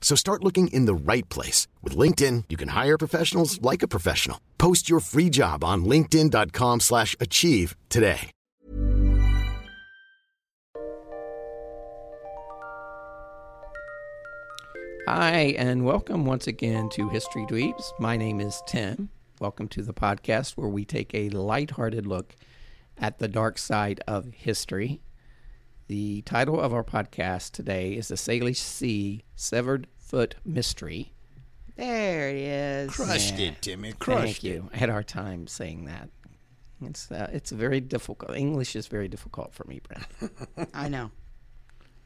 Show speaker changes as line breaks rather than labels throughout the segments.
So start looking in the right place. With LinkedIn, you can hire professionals like a professional. Post your free job on linkedin.com/achieve slash achieve today.
Hi, and welcome once again to History Dweebs. My name is Tim. Welcome to the podcast where we take a lighthearted look at the dark side of history. The title of our podcast today is The Salish Sea Severed Foot Mystery.
There it is.
Crushed
Yeah.
it, Timmy.
Thank
Crushed it.
you. I had a hard time saying that. It's uh, it's very difficult. English is very difficult for me, Brent.
I know.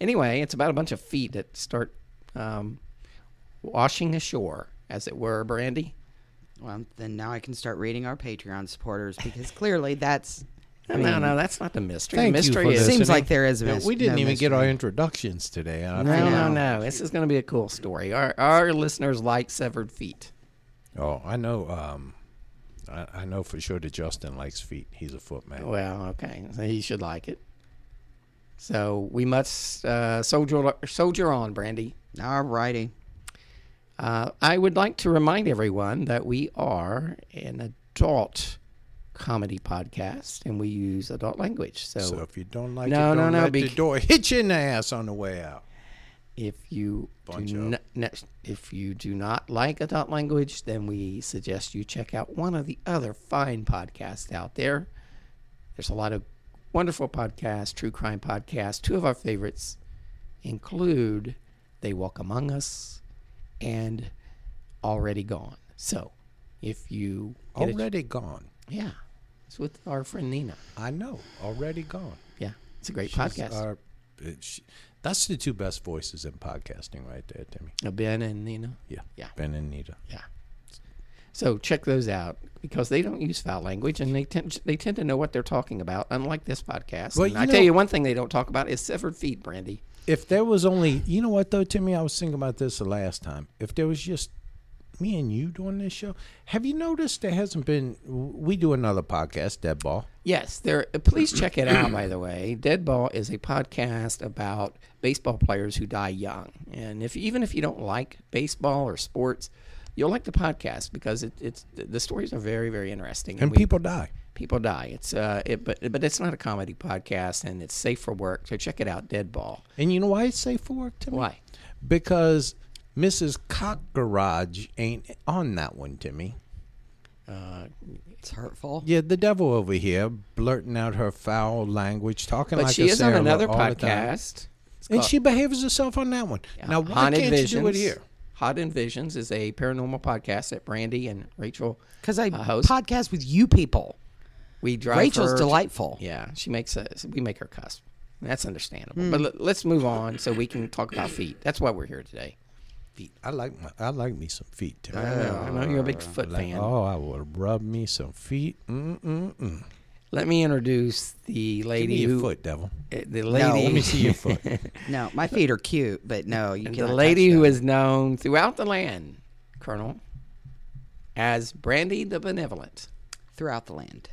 anyway, it's about a bunch of feet that start um, washing ashore, as it were, Brandy.
Well, then now I can start reading our Patreon supporters because clearly that's
No, no, no, that's not the mystery.
Thank
the
you
mystery
for
is
listening.
seems like there is a
Yeah,
mis-
we didn't
no
even get our
mystery.
introductions today. I
no,
feel-
no, no. This is going to be a cool story. Our our listeners like severed feet.
Oh, I know. Um, I, I know for sure that Justin likes feet. He's a foot man.
Well, okay, so he should like it. So we must uh, soldier soldier on, Brandy.
All righty.
Uh, I would like to remind everyone that we are an adult comedy podcast and we use adult language. So,
so if you don't like
No,
it,
no,
don't
no,
let
bec-
the door hit you in the ass on the way out.
if you
Bunch
do
up.
not, if you do not like adult language, then we suggest you check out one of the other fine podcasts out there. There's a lot of wonderful podcasts, true crime podcasts. Two of our favorites include They Walk Among Us and Already Gone. So, if you get a-
Already gone.
yeah, it's with our friend Nina.
I know. Already gone.
Yeah, it's a great
She's
podcast.
our- uh, she- that's the two best voices in podcasting, right there, Timmy.
ben and Nina.
Yeah.
Yeah.
Ben and Nita.
Yeah. So check those out because they don't use foul language and they tend they tend to know what they're talking about. Unlike this podcast,
Well,
And
you
I tell
know-
you one thing they don't talk about is severed feet, Brandy.
If there was only, you know what though, Timmy, I was thinking about this the last time. If there was just me and you doing this show, have you noticed there hasn't been? We do another podcast, Dead Ball.
Yes, there. Please check it out. By the way, Deadball is a podcast about baseball players who die young, and if even if you don't like baseball or sports, you'll like the podcast because it, it's the stories are very very interesting.
And
we-
people die.
people die. It's uh, it, but but it's not a comedy podcast, and it's safe for work. So check it out, Deadball.
And you know why it's safe for work, Timmy?
Why?
Because Mrs. Cock Garage ain't on that one, Timmy.
It's hurtful.
Yeah, the devil over here blurting out her foul language, talking
But
like
she
a
is on
sailor
another
all the time.
podcast. It's
and
called-
she behaves herself on that one.
Yeah.
Now, why
Haunted
can't you do it
Visions.
here?
Haunted Visions is a paranormal podcast that Brandy and Rachel
Because I
uh, host.
podcast with you people.
we drive
Rachel's
her-
delightful.
Yeah, she makes us. We make her cuss. That's understandable.
Hmm.
But let- let's move on so we can talk about feet. That's why we're here today.
I like my, I like me some feet, Timmy.
I know, I know you're a big foot fan.
Oh, I will rub me some feet. Mm-mm-mm.
Let me introduce the
Give
lady
me your
who
foot, devil.
uh, the lady.
let
Let me see your foot.
No, my feet are cute, but no, you
the
can't.
lady who is known throughout the land, Colonel, as Brandy the Benevolent.
throughout the land.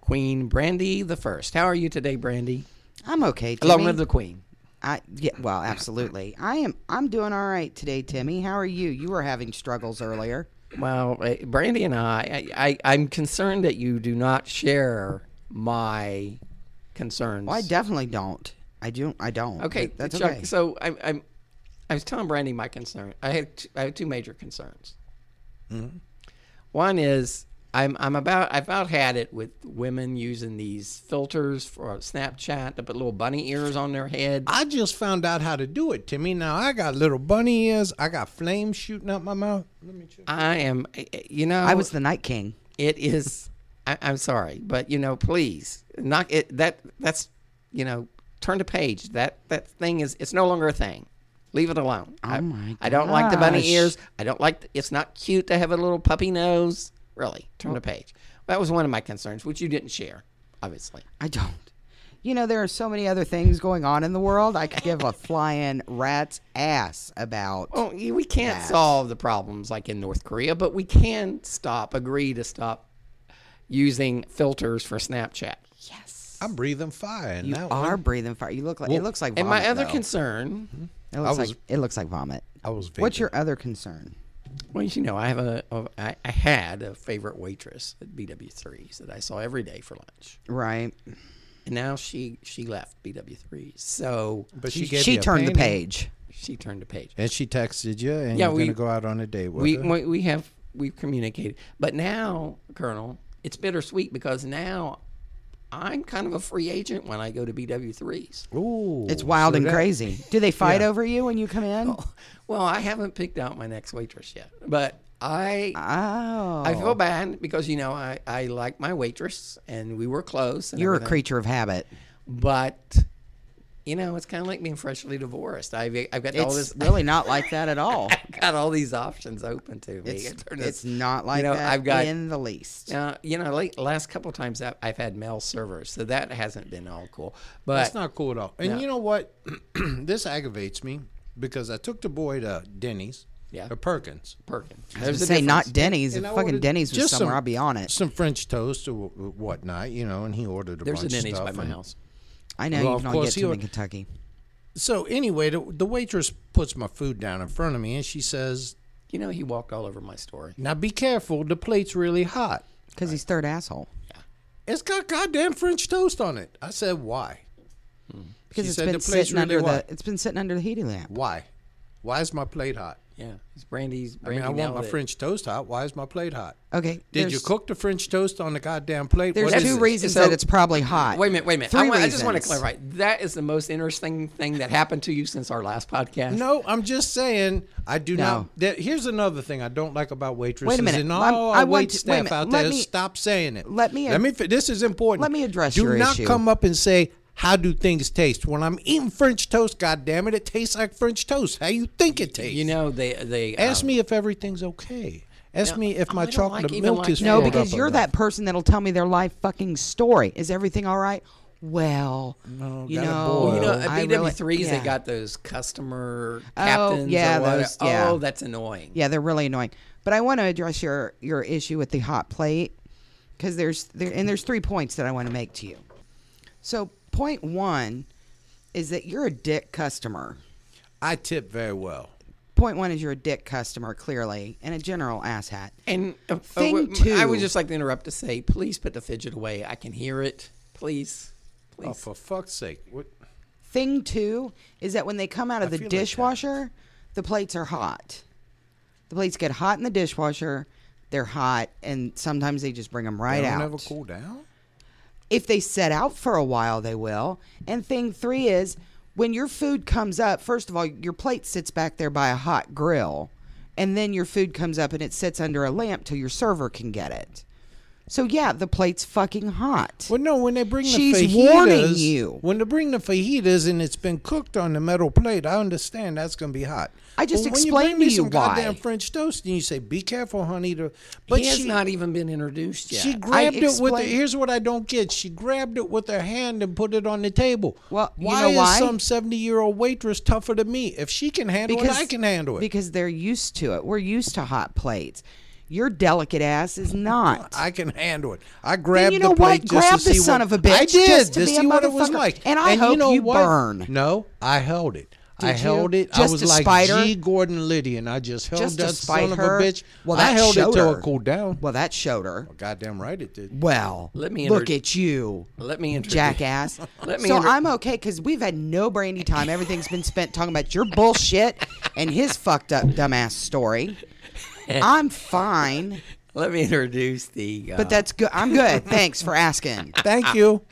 Queen Brandy the First. How are you today, Brandy?
I'm okay. Timmy.
Along with the Queen.
I yeah, well, absolutely. I am. I'm doing all right today, Timmy. How are you? You were having struggles earlier.
Well, eh, Brandy and I, I, I, I'm concerned that you do not share my concerns.
Well, I definitely don't. I do. I don't.
okay,
but that's
Chuck,
okay.
So I'm, I'm, I was telling Brandy Mm-hmm. my concern. I had, t- I had two major concerns. One is I'm I'm about I've about had it with women using these filters for Snapchat to put little bunny ears on their head.
I just found out how to do it, Timmy. Now I got little bunny ears. I got flames shooting out my mouth. Let me check.
I am, eh, you know,
I was the Night King.
it is. I, I'm sorry, but you know, please, not it. That that's you know, turn the page. That that thing is it's no longer a thing. Leave it alone. Oh I,
my
I don't like the bunny
gosh.
ears. I don't like. The, it's not cute to have a little puppy nose. Really, turn the page. That was one of my concerns, which you didn't share, obviously.
I don't. You know, there are so many other things going on in the world. I could give a flying rat's ass about.
Oh,
Well, Oh, y- we can't solve the problems like in North Korea, but we can stop, agree to stop using filters for Snapchat.
I'm breathing fire. And
you
that
are
one,
breathing fire. You look like it looks like vomit.
And my other
though.
concern,
it looks
I was-
like it looks like vomit.
I was. Vaping.
What's your other concern?
well, you know, I have a, a I, I had a favorite waitress at BW3s that I saw every day for lunch,
Right.
and now she she left BW3s, so
But she gave
she
you a
turned the
painting,
page.
she turned the page.
and she texted you, and
Yeah,
you're
we-
gonna go out on a date with
we,
her.
we we have we've communicated, but now, Colonel, it's bittersweet because now I'm kind of a free agent when I go to BW3s.
Ooh,
It's wild
so
and
that-
crazy. Do they fight over you when you come in? Oh.
Well, I haven't picked out my next waitress yet, but I
Oh,
I feel bad because you know I I like my waitress and we were close. And
You're a
everything.
creature of habit.
but you know it's kind of like being freshly divorced. I've I've got all
It's
this
really not like that at all.
got all these options open to me.
It's,
It turned
it's
this-
not
you
like
know,
that
I've got
in the least.
uh, you know like last couple of times I've, I've had male servers, so that hasn't been all cool. But
That's not cool at all. And you know what? this aggravates me because I took the boy to Denny's.
Yeah.
Or Perkins.
Perkins,
I
there's
was
a
gonna say
difference.
not Denny's. If
And I
fucking
ordered
Denny's was
just
somewhere,
some-
I'll be on it.
Some French toast or wh- wh- whatnot, you know, and he ordered a
There's a
bunch
Denny's
of
by
stuff.
my
and-
house.
I know
Well,
you
of
can only get
course,
to
you
them
are-
in Kentucky.
Uh,
So anyway, the, the waitress puts my food down in front of me, and she says,
You know he walked all over my story.
"Now be careful. The plate's really hot.
Because he's third asshole.
It's got goddamn French toast on it." I said, "Why?
Because
She
it's
said
been
the plate's
sitting under
really
the
hot.
it's been sitting under the heating lamp.
Why? Why is my plate hot?
Yeah, it's Brandy's.
I mean,
Brandy
I want
nailed
my
it.
French toast hot. Why is my plate hot?
Okay.
Did
there's-
you cook the French toast on the goddamn plate?
There's
What is
two
this?
reasons
So-
that it's probably hot.
Wait a minute, wait a minute.
Three
I, wa- I just want to
reasons.
clarify. That is the most interesting thing that happened to you since our last podcast.
No, I'm just saying I do
No.
not. That, here's another thing I don't like about waitresses
minute.
and
Lem-
all our
I want
wait
to- wait a
staff
minute.
out
Let
there.
me-
stop saying it.
let me-
Let me. fi- This is important.
Let me address
Do
your
not
issue.
come up and say how do things taste when I'm eating French toast. God damn it, it tastes like French toast. How you think it tastes?
You know, they. they
Ask
um,
me if everything's okay. Ask me if
I
my
don't
chocolate
like even
milk
like
is
that.
No,
filled
because
up
you're
enough.
that person that'll tell me their life fucking story. Is everything all right? Well, you
got a
know,
boil.
You know, at
Oh, I really-
BW3s, they
yeah. Oh,
got those customer captains.
yeah,
or whatever.
those- yeah.
Oh, that's annoying.
Yeah, they're really annoying. But I want to address your your issue with the hot plate because there's there and there's three points that I want to make to you. So point one is that you're a dick customer.
I tip very well.
Point one is you're a dick customer clearly and a general asshat.
And uh, uh,
Thing
w-
two-
I would just like to interrupt to say, please put the fidget away. I can hear it. Please. Please.
Oh, for fuck's sake! What?
Thing two is that when they come out of
I
the
feel like
dishwasher, the plates are hot. The plates get hot in the dishwasher. They're hot, and sometimes they just bring them right
They
out.
don't ever cool down.
if they set out for a while, they will. And thing three is when your food comes up, first of all, your plate sits back there by a hot grill, and then your food comes up and it sits under a lamp till your server can get it. So yeah, the plate's fucking hot.
Well, no, when they bring
She's
the fajitas,
warning you.
when they bring the fajitas and it's been cooked on the metal plate, I understand that's going to be hot.
I just
But
explained
when you bring me
to you
some goddamn
why.
French toast and you say, "Be careful, honey," to, but
he has
she
not even been introduced yet.
she grabbed it with. Her,
explained-
here's what I don't get: she grabbed it with her hand and put it on the table.
Well, you
why
know
is
why?
some seventy year old waitress tougher than me? If she can handle it, I can handle it.
Because they're used to it. We're used to hot plates. Your delicate ass is not.
I can handle it. I grabbed
you know
the plate
what?
just
Grab
to
the
see
son
what,
of a bitch
I did
just to be a
see what it was
motherfucker.
like.
And I hope
know
you
what?
burn.
No, I held it.
Did
I
you?
held it.
Just
I was
to
like
spite her?
G. Gordon Liddy, and I just held
Just to
that
spite
son
her.
of a bitch.
Well,
I
that
held it
showed
till
her.
it cooled down.
Well, that showed her.
Goddamn right it did.
Well,
Let me
look
introdu-
at you.
Let me introduce.
jackass.
Let me
so
inter-
I'm okay because we've had no brandy time. Everything's been spent talking about your bullshit and his fucked up dumbass story. I'm fine.
Let me introduce the. Uh,
But that's good. I'm good. Thanks for asking.
Thank you.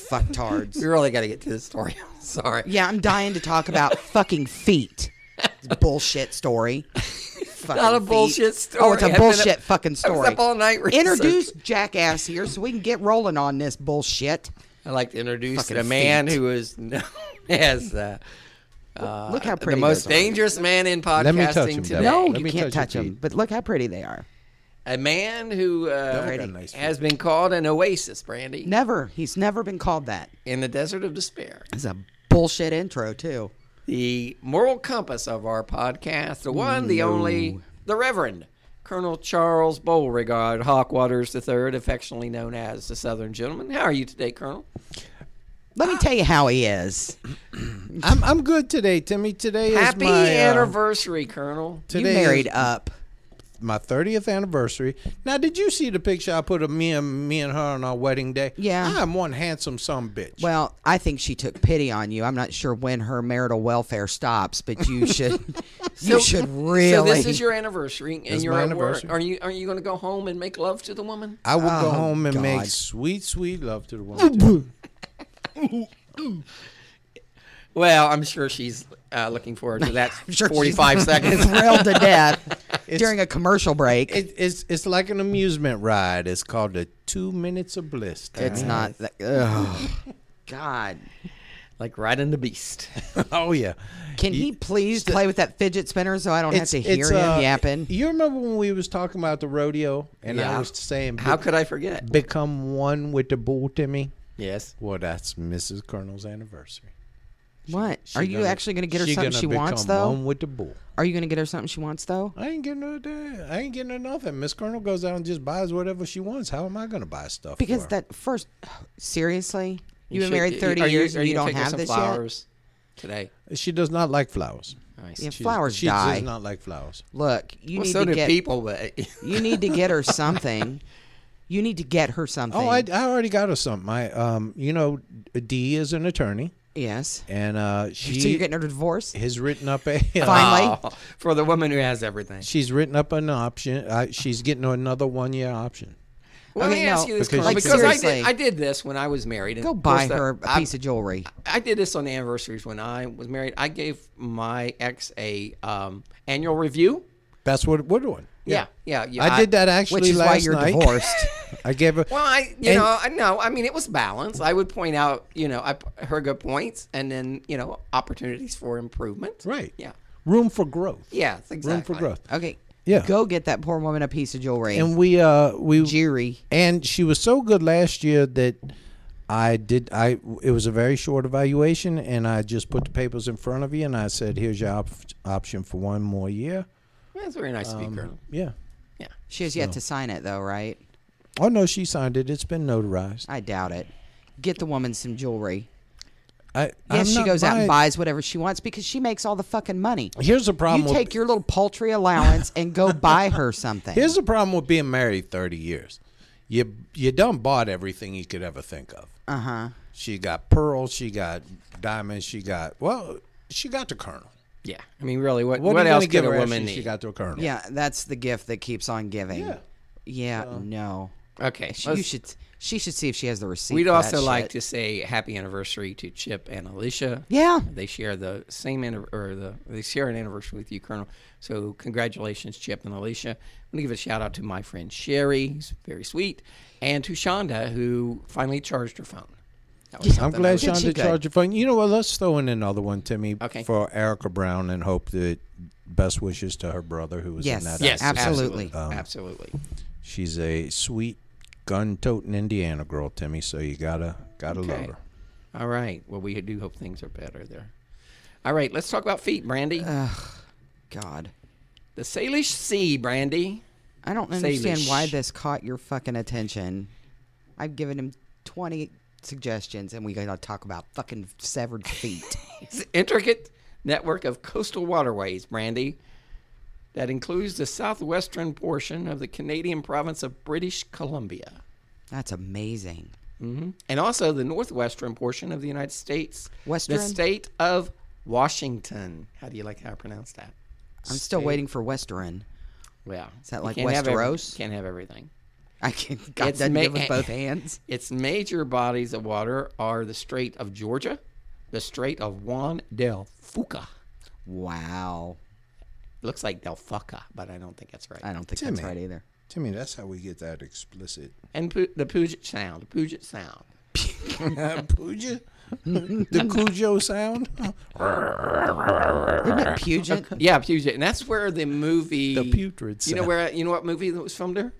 Fucktards.
we really got to get to this story. I'm sorry.
Yeah, I'm dying to talk about fucking feet. It's a bullshit story. Fucking
Not a
feet.
bullshit story.
Oh, it's a
I've been
bullshit
up-
fucking
I
story.
was up all night researching.
Introduce jackass here so we can get rolling on this bullshit.
I'd like to introduce
Fucking
a man
feet.
who is known as uh,
Look
the
how pretty
most
those are.
dangerous man in podcasting
Let me touch him,
today.
Doug.
No,
Let
you
me
can't
touch
touch
your
them.
feet.
But look how pretty they are.
A man who uh,
Pretty. got nice feet.
has been called an oasis, Brandy,
Never. He's never been called that.
in the desert of despair.
It's a bullshit intro too.
The moral compass of our podcast, the one, the only, the Reverend Colonel Charles Beauregard Hawkwaters III, affectionately known as the Southern Gentleman. How are you today, Colonel?
Let me tell you how he is.
I'm I'm good today, Timmy. Today
Happy
is my uh,
anniversary, Colonel.
You
Today
married
is
up.
my 30th anniversary. Now, did you see the picture I put of me and me and her on our wedding day?
Yeah.
I'm one handsome some bitch.
Well, I think she took pity on you. I'm not sure when her marital welfare stops, but you should you should really
So this is your anniversary, and
is
you're
my
at work.
anniversary.
Are you are you going to go home and make love to the woman?
I will go
Oh,
home and make
God.
sweet, sweet love to the woman. too.
Well, I'm sure she's uh, looking forward to that.
sure she's-
45 seconds.
thrilled to death during a commercial break.
it, it's it's like an amusement ride. It's called the Two Minutes of Bliss.
it's not. That, ugh. God,
like riding the beast.
oh yeah.
can he please play with that fidget spinner so I don't have to hear
it's,
him
uh,
yapping?
You remember when we was talking about the rodeo and
Yeah.
I was saying
How
be-
could I forget?
become one with the bull, Timmy?
Yes.
Well, that's Mrs. Colonel's anniversary.
what
She
are you
gonna-
actually going to get her
she
something
gonna
she wants
become
though?
One with the bull.
Are you going to get her something she wants though?
I ain't getting her. That. I ain't getting her nothing. Miss Colonel goes out and just buys whatever she wants. How am I gonna buy stuff?
Because
for her?
that first, seriously, you've
should-
been married 30
are
years
are
and you
gonna
don't
take her
have
some
this yet.
flowers today.
she does not like flowers.
Nice.
Yeah,
She-
flowers
she
die.
does not like flowers.
Look, you
Well,
need
so
to
do
get
people, but
you need to get her something. You need to get her something.
Oh, I, I already got her something. I, um, you know, D is an attorney,
yes.
and uh, she
so you're getting her a divorce?
has written up a.
Finally,
Oh, for the woman who has everything.
she's written up an option. Uh, she's getting another one year option.
Well, let
Okay,
me ask
no,
you this,
because
Colonel,
you
because I
seriously.
did, I did this when I was married. and
go
of
buy
course that-
her a
I-
piece of jewelry.
I did this on the anniversaries when I was married. I gave my ex a um, annual review.
That's what we're doing.
Yeah, yeah, yeah.
I, did that actually
Which is
last
why you're
night.
divorced.
I gave her.
Well, I you
And-
know I know I mean it was balanced. I would point out you know I, p- her good points and then you know opportunities for improvement.
right.
Yeah.
Room for growth.
Yeah. Exactly.
Room for growth.
Okay.
Yeah.
Go get that poor woman a piece of jewelry.
And we uh we
Jerry.
and she was so good last year that I did I it was a very short evaluation and I just put the papers in front of you and I said here's your op- option for one more year.
That's very nice of you, Colonel.
Yeah.
Yeah.
She has yet to sign it though, right?
Oh no, she signed it. It's been notarized.
I doubt it. Get the woman some jewelry.
I
Yes,
I'm
she
not
goes out and
buying-
buys whatever she wants because she makes all the fucking money.
Here's the problem.
You
with-
take your little paltry allowance and go buy her something.
Here's the problem with being married 30 years. You you done bought everything you could ever think of.
uh huh.
She got pearls, she got diamonds, she got well, she got the colonel.
Yeah. I mean, really, what
What,
what,
are you
else
gonna give
could a
her
woman
after
need?
she got the colonel?
Yeah, that's the gift that keeps on giving.
Yeah.
Yeah, no.
okay.
She,
let's-
you should. She should see if she has the receipt.
We'd
for
also
that
like
shit.
to say happy anniversary to Chip and Alicia.
Yeah.
They share the same anniv- or the they share an anniversary with you, Colonel. So congratulations, Chip and Alicia. I'm gonna give a shout out to my friend Sherry, who's very sweet, and to Shonda who finally charged her phone. That was
I'm
something
glad
that was-
Did she
Shonda
good?
charged your phone. You know what? Let's throw in another one, Timmy,
Okay.
for Erica Brown and hope that best wishes to her brother who was
Yes.
in that.
Yes,
accident.
absolutely.
Um,
absolutely.
She's a sweet gun toting Indiana girl, Timmy, so you gotta gotta love
Okay.
her.
All right. Well, we do hope things are better there. All right. Let's talk about feet, Brandy.
God,
the Salish Sea, Brandy.
I don't understand
Salish.
why this caught your fucking attention. I've given him twenty suggestions, and we gotta talk about fucking severed feet.
It's an intricate network of coastal waterways, Brandy, that includes the southwestern portion of the Canadian province of British Columbia
That's amazing.
and also the northwestern portion of the United States,
Western?
the state of Washington. How do you like how I pronounce that?
I'm still waiting for Westerin.
Yeah.
Is that
You
like
can't have every-
Westeros?
can't have everything.
I can God
It's
doesn't
ma- eh.
give with both hands.
Its major bodies of water are the Strait of Georgia, the Strait of Juan del Fuca.
Wow.
Looks like Del Fuca, but I don't think that's right.
I don't think
Timmy.
that's right either.
Timmy, that's how we get that explicit.
And Pu- the Puget Sound, Puget Sound.
Puja? the Cujo sound?
Isn't it Puget?
Yeah, Puget, and that's where the movie
The putrid
You know
sound.
where? You know what movie that was filmed there?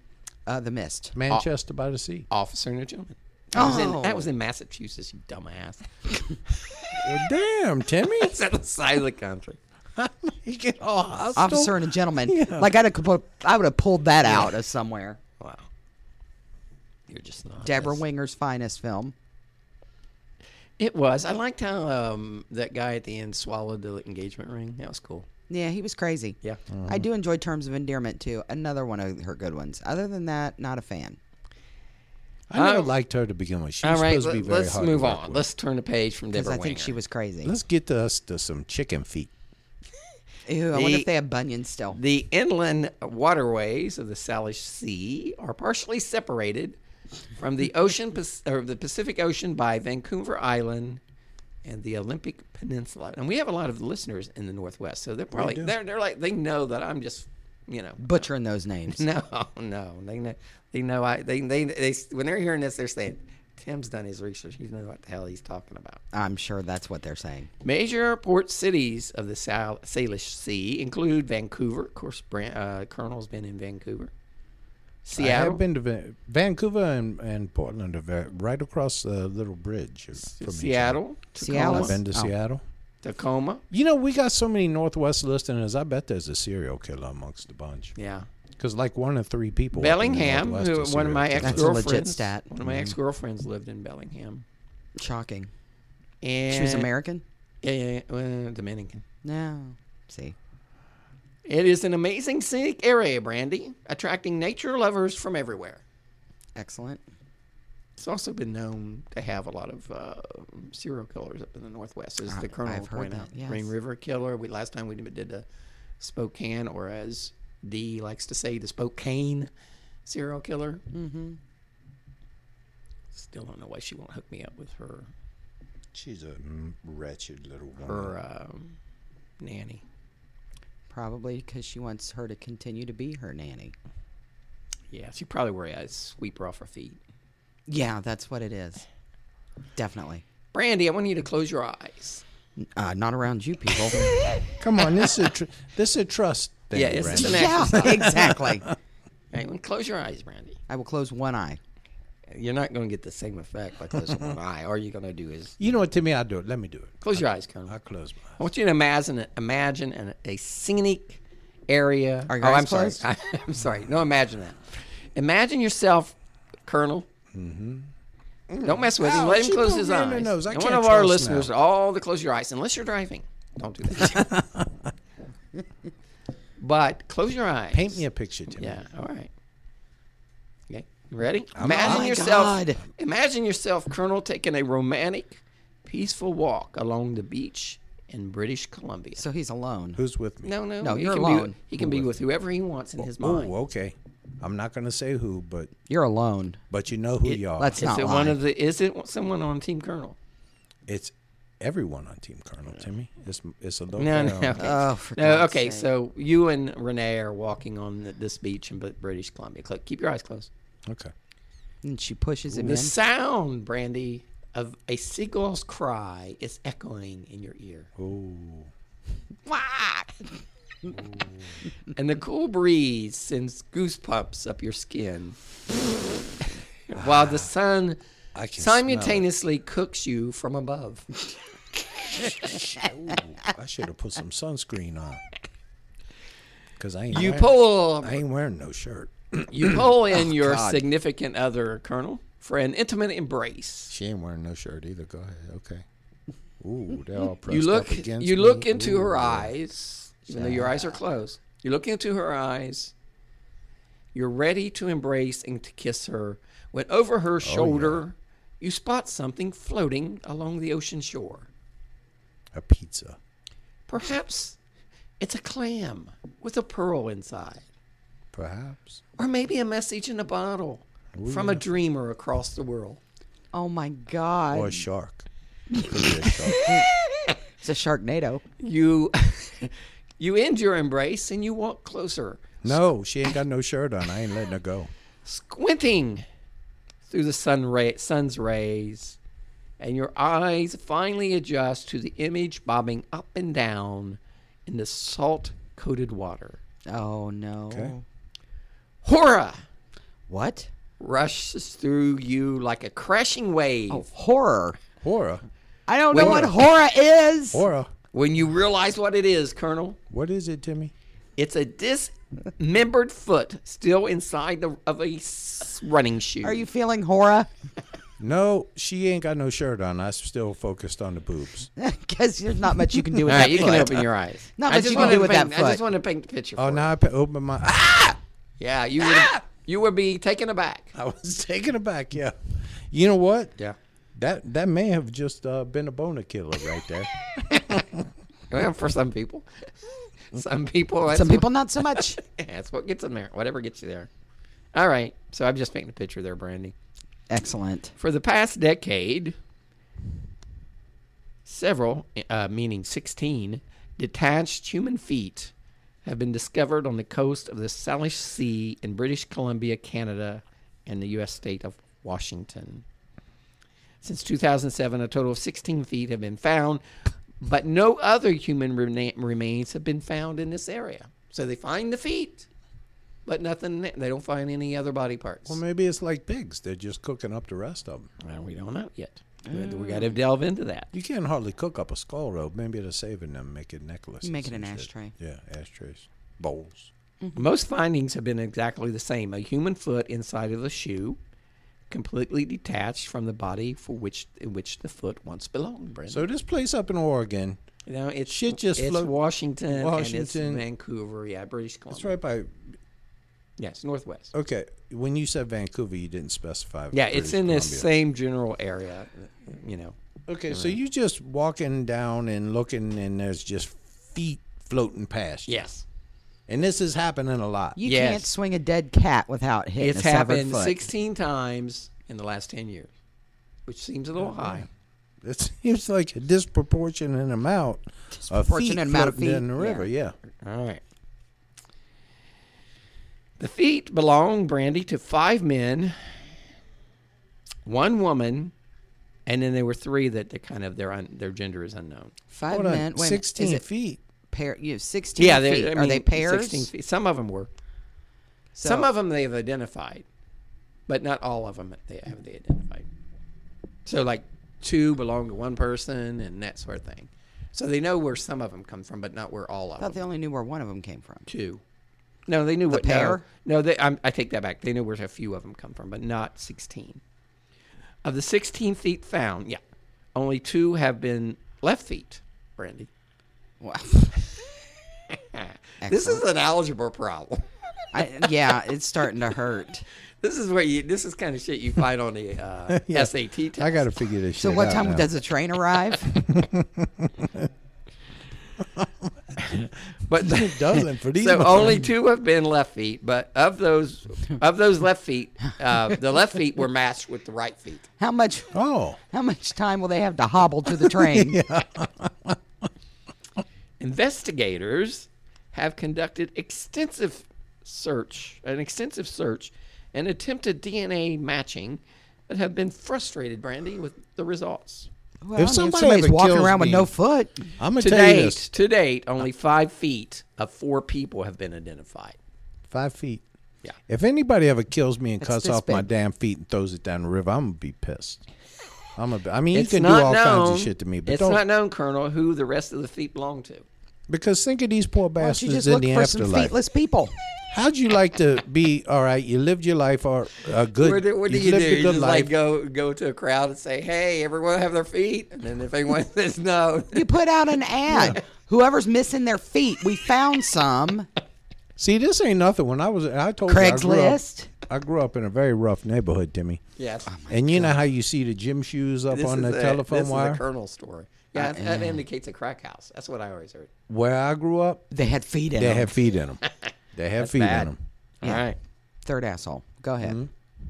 Uh, the Mist.
Manchester by the Sea.
Officer and a Gentleman. That, was in, that
Oh.
was in Massachusetts, you dumbass.
Well, damn, Timmy.
It's at the side of the country.
you get all hostile.
Officer and a gentleman. Like I'd have, put- I would have pulled that out of somewhere.
Wow. You're just not.
Deborah
Oh, That's-
Winger's finest film.
It was. I liked how um, that guy at the end swallowed the engagement ring. That was cool.
Yeah, he was crazy.
Yeah.
I do enjoy Terms of Endearment too. Another one of her good ones. Other than that, not a fan.
I never
Uh,
liked her to begin with. She's
All right,
supposed to be
let,
very
us
hard to
move
work
on.
with.
Let's turn the page from
Because
Deborah
I think
Winger.
she was crazy.
Let's get to us to some chicken feet.
Ew, I wonder
The-
if they have bunions still.
The inland waterways of the Salish Sea are partially separated from the ocean Pas- or the Pacific Ocean by Vancouver Island and the Olympic Peninsula. And we have a lot of listeners in the Northwest, so they're probably they're they're like they know that I'm just you know
Butchering those names.
no no they know they know I they they, they when they're hearing this they're saying Tim's done his research he knows what the hell he's talking about.
I'm sure that's what they're saying.
Major port cities of the Sal- Salish Sea include Vancouver. Of course, Brand, uh, Colonel's been in Vancouver.
I
Seattle.
have been to Van- Vancouver and, and Portland, are ve- right across the little bridge from each other.
Seattle.
Seattle.
I've been to
Oh.
Seattle.
Tacoma.
You know, we got so many Northwest listeners. I bet there's a serial killer amongst the bunch.
Yeah.
Because like one of three people. up in the
Bellingham.
Northwest
Who,
are
one of my
serial
ex
killers.
That's a legit
girlfriends.
stat.
One
Mm-hmm.
of my ex girlfriends lived in Bellingham.
Shocking.
And
She was American?
Yeah, yeah, yeah, uh, Dominican.
No. See.
It is an amazing scenic area, Brandy, attracting nature lovers from everywhere.
Excellent.
It's also been known to have a lot of uh, serial killers up in the Northwest, as the Colonel
I've heard
pointed
that,
out.
yes.
Green River Killer. We last time we did the Spokane, or as D likes to say, the Spokane serial killer. Mm-hmm. Still don't know why she won't hook me up with her
She's a mm, wretched little woman.
her um, nanny.
Probably because she wants her to continue to be her nanny.
Yeah, she probably wore a sweeper off her feet.
Yeah, that's what it is. Definitely.
Brandy, I want you to close your eyes.
Uh, not around you people.
Come on, this is a tr- this is a trust thing.
Yeah, it's
Randy.
an
yeah, exactly.
All right, well, close your eyes, Brandy.
I will close one eye.
You're not going to get the same effect by closing one eye. All you're going to do is
You know what, Timmy? I'll do it. Let me do it.
Close your eyes, Colonel.
I
I
close my eyes.
want you to imagine imagine an, a scenic area.
Are your
oh,
eyes
I'm
closed?
sorry. I, am sorry. No, imagine that. Imagine yourself, Colonel.
Mm.
Don't mess with him.
Ow,
Let
she
him close
put
his
me in
eyes.
her nose. I
and one
can't
of our
trust
listeners,
now.
all to close your eyes, unless you're driving. Don't do that. but close your eyes.
Paint me a picture, Timmy.
Yeah. All right. Okay. You ready?
Oh
imagine
my
yourself.
God.
Imagine yourself, Colonel, taking a romantic, peaceful walk along the beach in British Columbia.
So he's alone.
Who's with me?
no, no,
No,
He
you're
can
alone.
Be, he can be with whoever he wants in his mind.
Oh, okay. I'm not gonna say who, but
You're alone.
but you know who you are.
let's-
is
not
it one
lying.
of the? Is it someone on Team Colonel?
It's everyone on Team Colonel Timmy. It's it's a little.
No, no. Okay.
Oh, for
no,
God's
okay.
sake.
So you and Renee are walking on the, this beach in Br- British Columbia. Cl- Keep your eyes closed.
Okay.
And she pushes him
The
in.
sound, Brandy, of a seagull's cry is echoing in your ear.
Oh,
Wah! and the cool breeze sends goosebumps up your skin, while the sun
I can
simultaneously cooks you from above.
I should have put some sunscreen on. Cause I ain't
You
wearing,
pull,
I ain't wearing no shirt.
you pull
Oh,
in your significant other, Colonel, for an intimate embrace.
She ain't wearing no shirt either. Go ahead. Okay. Ooh, they're all pressed
You look,
up against
you look
me.
into her
Ooh.
eyes, even though your eyes are closed. You look into her eyes. You're ready to embrace and to kiss her when over
Oh,
her shoulder you spot something floating along the ocean shore.
A pizza.
Perhaps it's a clam with a pearl inside.
Perhaps.
Or maybe a message in a bottle from a dreamer across the world.
Oh my God.
Or a shark. Could be a shark.
It's a Sharknado.
You you end your embrace and you walk closer,
No, she ain't got no shirt on. I ain't letting her go.
squinting through the sun ray, sun's rays, and your eyes finally adjust to the image bobbing up and down in the salt-coated water.
Oh no.
Okay.
Horror
What?
rushes through you like a crashing wave.
Oh, horror.
Horror.
I don't know
Wait.
what horror is.
Horror.
When you realize what it is, Colonel,
What is it, Timmy?
it's a dismembered foot still inside the, of a s- running shoe.
Are you feeling horror?
No, she ain't got no shirt on. I'm still focused on the boobs.
Because there's not much you can do with
All
that.
right, you can
foot.
open your eyes.
Not
I
much
just
you can
wanted
do
to
with that
paint- I just
foot.
want to paint the picture.
Oh,
for
now
you.
I pe- open my.
Yeah, you would
Ah!
you would be taken aback.
I was taken aback. Yeah. You know what?
Yeah.
That that may have just uh, been a boner killer right there.
Well, for some people, some people, that's
Mm-hmm. Some
what-
people not so much.
that's what gets them there. Whatever gets you there. All right. So I'm just painting a picture there, Brandy.
Excellent.
For the past decade, several, uh, meaning 16, detached human feet have been discovered on the coast of the Salish Sea in British Columbia, Canada, and the U.S. state of Washington. Since 2007, a total of 16 feet have been found, but no other human rena- remains have been found in this area. So they find the feet, but nothing, they don't find any other body parts.
well, maybe it's like pigs. They're just cooking up the rest of them.
Well, we don't know yet. We- We got to
Mm.
delve into that.
You can't hardly cook up a skull rope. Maybe they're saving them, making necklaces.
Making an
and shit.
ashtray.
Yeah, ashtrays, bowls.
Most findings have been exactly the same a human foot inside of a shoe, completely detached from the body for which in which the foot once belonged, Brent.
So this place up in Oregon,
you know, it's,
shit just
it's
float-
Washington, and it's
Washington.
Vancouver, yeah, British Columbia.
it's right Oh. by.
Yes, Northwest.
Okay, when you said Vancouver, you didn't specify.
Yeah, it's
British
in this
Columbia.
same general area, uh, you know.
Okay, so you just walking down and looking, and there's just feet floating past. you.
Yes.
and this is happening a lot.
You
Yes.
can't swing a dead cat without hitting
It's
a severed
happened
foot.
16 times in the last 10 years, which seems a
Oh,
little high.
It seems like a disproportionate amount of feet
Disproportionate amount of
floating
feet,
in the river. Yeah.
All right. The feet belong, Brandy, to five men, one woman, and then there were three that they kind of their un, their gender is unknown.
Five
Hold
men.
on,
Wait a minute,
sixteen
is it
feet.
Pair, you have 16
Yeah,
feet.
they're, I
Are they
mean,
pairs?
16 feet. Some of them were. Some
So-
of them they've identified, but not all of them they have they identified. So like two belong to one person and that sort of thing. So they know where some of them come from, but not where all of
I
them.
thought they only knew where one of them came from.
two. No, they knew what no.
pair?
No, they. I'm, I take that back. They knew where a few of them come from, but not sixteen. Of the sixteen feet found, yeah, only two have been left feet. Brandy,
Wow.
this is an algebra problem.
I, yeah, it's starting to hurt.
This is where you. This is kind of shit you find on the uh,
Yeah.
SAT test.
I got to figure this
So
shit
what
out
time
now.
does the train arrive?
but
it doesn't for these?
so
ones.
only two have been left feet. But of those, of those left feet, uh, the left feet were matched with the right feet.
How much
Oh,
how much time will they have to hobble to the train?
investigators have conducted extensive search, an extensive search, and attempted DNA matching, but have been frustrated, Brandy, with the results.
Well, I
If
mean,
somebody
somebody's
ever
walking
kills
around with
me-
no foot,
I'm gonna
To
tell you
date,
this:
to date, only five feet of four people have been identified.
five feet.
Yeah.
If anybody ever kills me and
It's
cuts
this
off my
big.
damn feet and throws it down the river, I'm gonna be pissed. I'm a, I mean,
It's
you can do
not
all kinds
known-
of shit to me, but
it's
don't
not known, Colonel, who the rest of the feet belong to.
because think of these poor
why don't you
bastards
just
in
look
the
for some
afterlife.
feetless people?
How'd you like to be? All right, you lived your life, or a good.
What do, what do
you've
you do?
lived a
You
good
just
life.
like go go to a crowd and say, "Hey, everyone, have their feet," and then if anyone says no,
You put out an ad. Whoever's missing their feet, we found some.
See, this ain't nothing. When I was, I told you, I grew up-
Craigslist?
I grew up in a very rough neighborhood, Timmy.
yes,
And you know how you see the gym shoes up on the
a-
telephone
Oh this
wire?
is a Colonel story. Yeah, that- that indicates a crack house. That's what I always heard.
Where I grew up,
They had feet in
they
them.
had feet in them. They had feet in
bad.
'em. in them.
All right.
Third asshole. Go ahead.
Mm-hmm.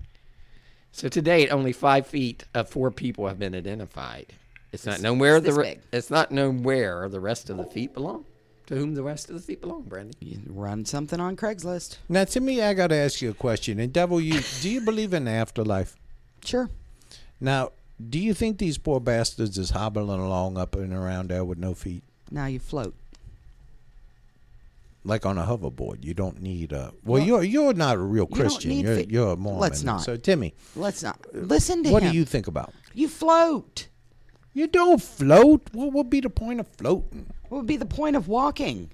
So to date, only five feet of four people have been identified. It's not known where the
this
re-
big.
it's not known where the rest of the feet belong. To whom the rest of the feet belong, Brandon?
You run something on Craigslist.
Now, to me, I got to ask you a question. And Devil, you do you believe in the afterlife?
Sure.
Now, do you think these poor bastards is hobbling along up and around there with no feet,
Now you float.
like on a hoverboard? You don't need a. Well, you're you're not a real
don't
Christian.
need
are
feet.
you're a Mormon.
Let's not.
So, Timmy,
Let's not listen to
Uh, what
him.
do you think about?
You float.
You don't float. What would be the point of floating?
What would be the point of walking?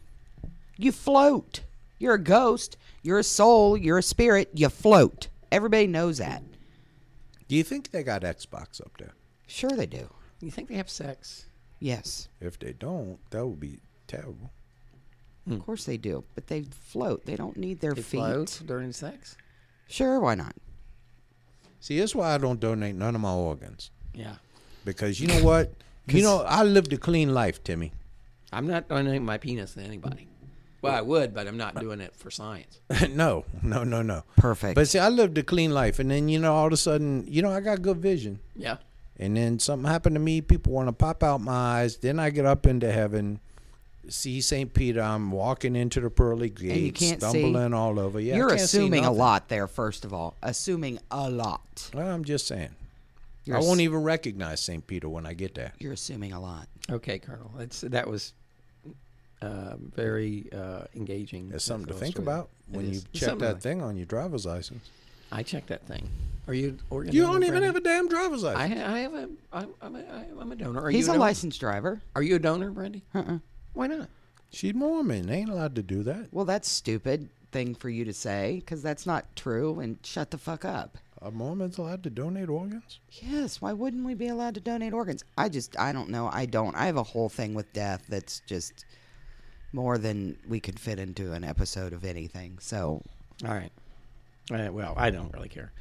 You float. You're a ghost. You're a soul. You're a spirit. You float. Everybody knows that.
Do you think they got Xbox up there?
Sure they do.
You think they have sex?
Yes,
If they don't, that would be terrible.
of course they do. But they float. They don't need their
They
feet.
float during sex?
Sure, why not?
See, that's why I don't donate none of my organs
Yeah.
because you know what? you know, I lived a clean life, Timmy.
I'm not donating my penis to anybody. Well, I would, but I'm not doing it for science.
no, no, no, no.
Perfect.
But see, I lived a clean life, and then you know, all of a sudden, you know, I got good vision,
Yeah.
and then something happened to me. People want to pop out my eyes. Then I get up into heaven, see Saint Peter. I'm walking into the pearly gates,
can't see.
stumbling all over. Yeah, I
You're
can't see
assuming a
nothing.
lot there, first of all. Assuming a lot.
Well, I'm just saying.
You're
I
ass-
won't even recognize Saint Peter when I get there.
You're assuming a lot.
Okay, Colonel. That's that was uh, very uh, engaging.
It's something to
That's
think
really-
about
it
when you
is. It's
check
something
that
like-
thing on your driver's license.
I checked that thing. Are you? Organ
You
donor,
don't even
Brandon?
have a damn driver's
I,
license.
ha- I have a. I'm, I'm a. I'm a donor. Are
He's
you
a
donor?
licensed driver.
Are you a donor, Brandy? Uh-uh. Why not?
She's Mormon. They ain't allowed to do that.
Well, that's stupid thing for you to say because that's not true. And shut the fuck up.
Are Mormons allowed to donate organs?
Yes, why wouldn't we be allowed to donate organs? I just, I don't know. I don't. I have a whole thing with death that's just more than we could fit into an episode of anything. So
All right. All right. Well, I don't really care.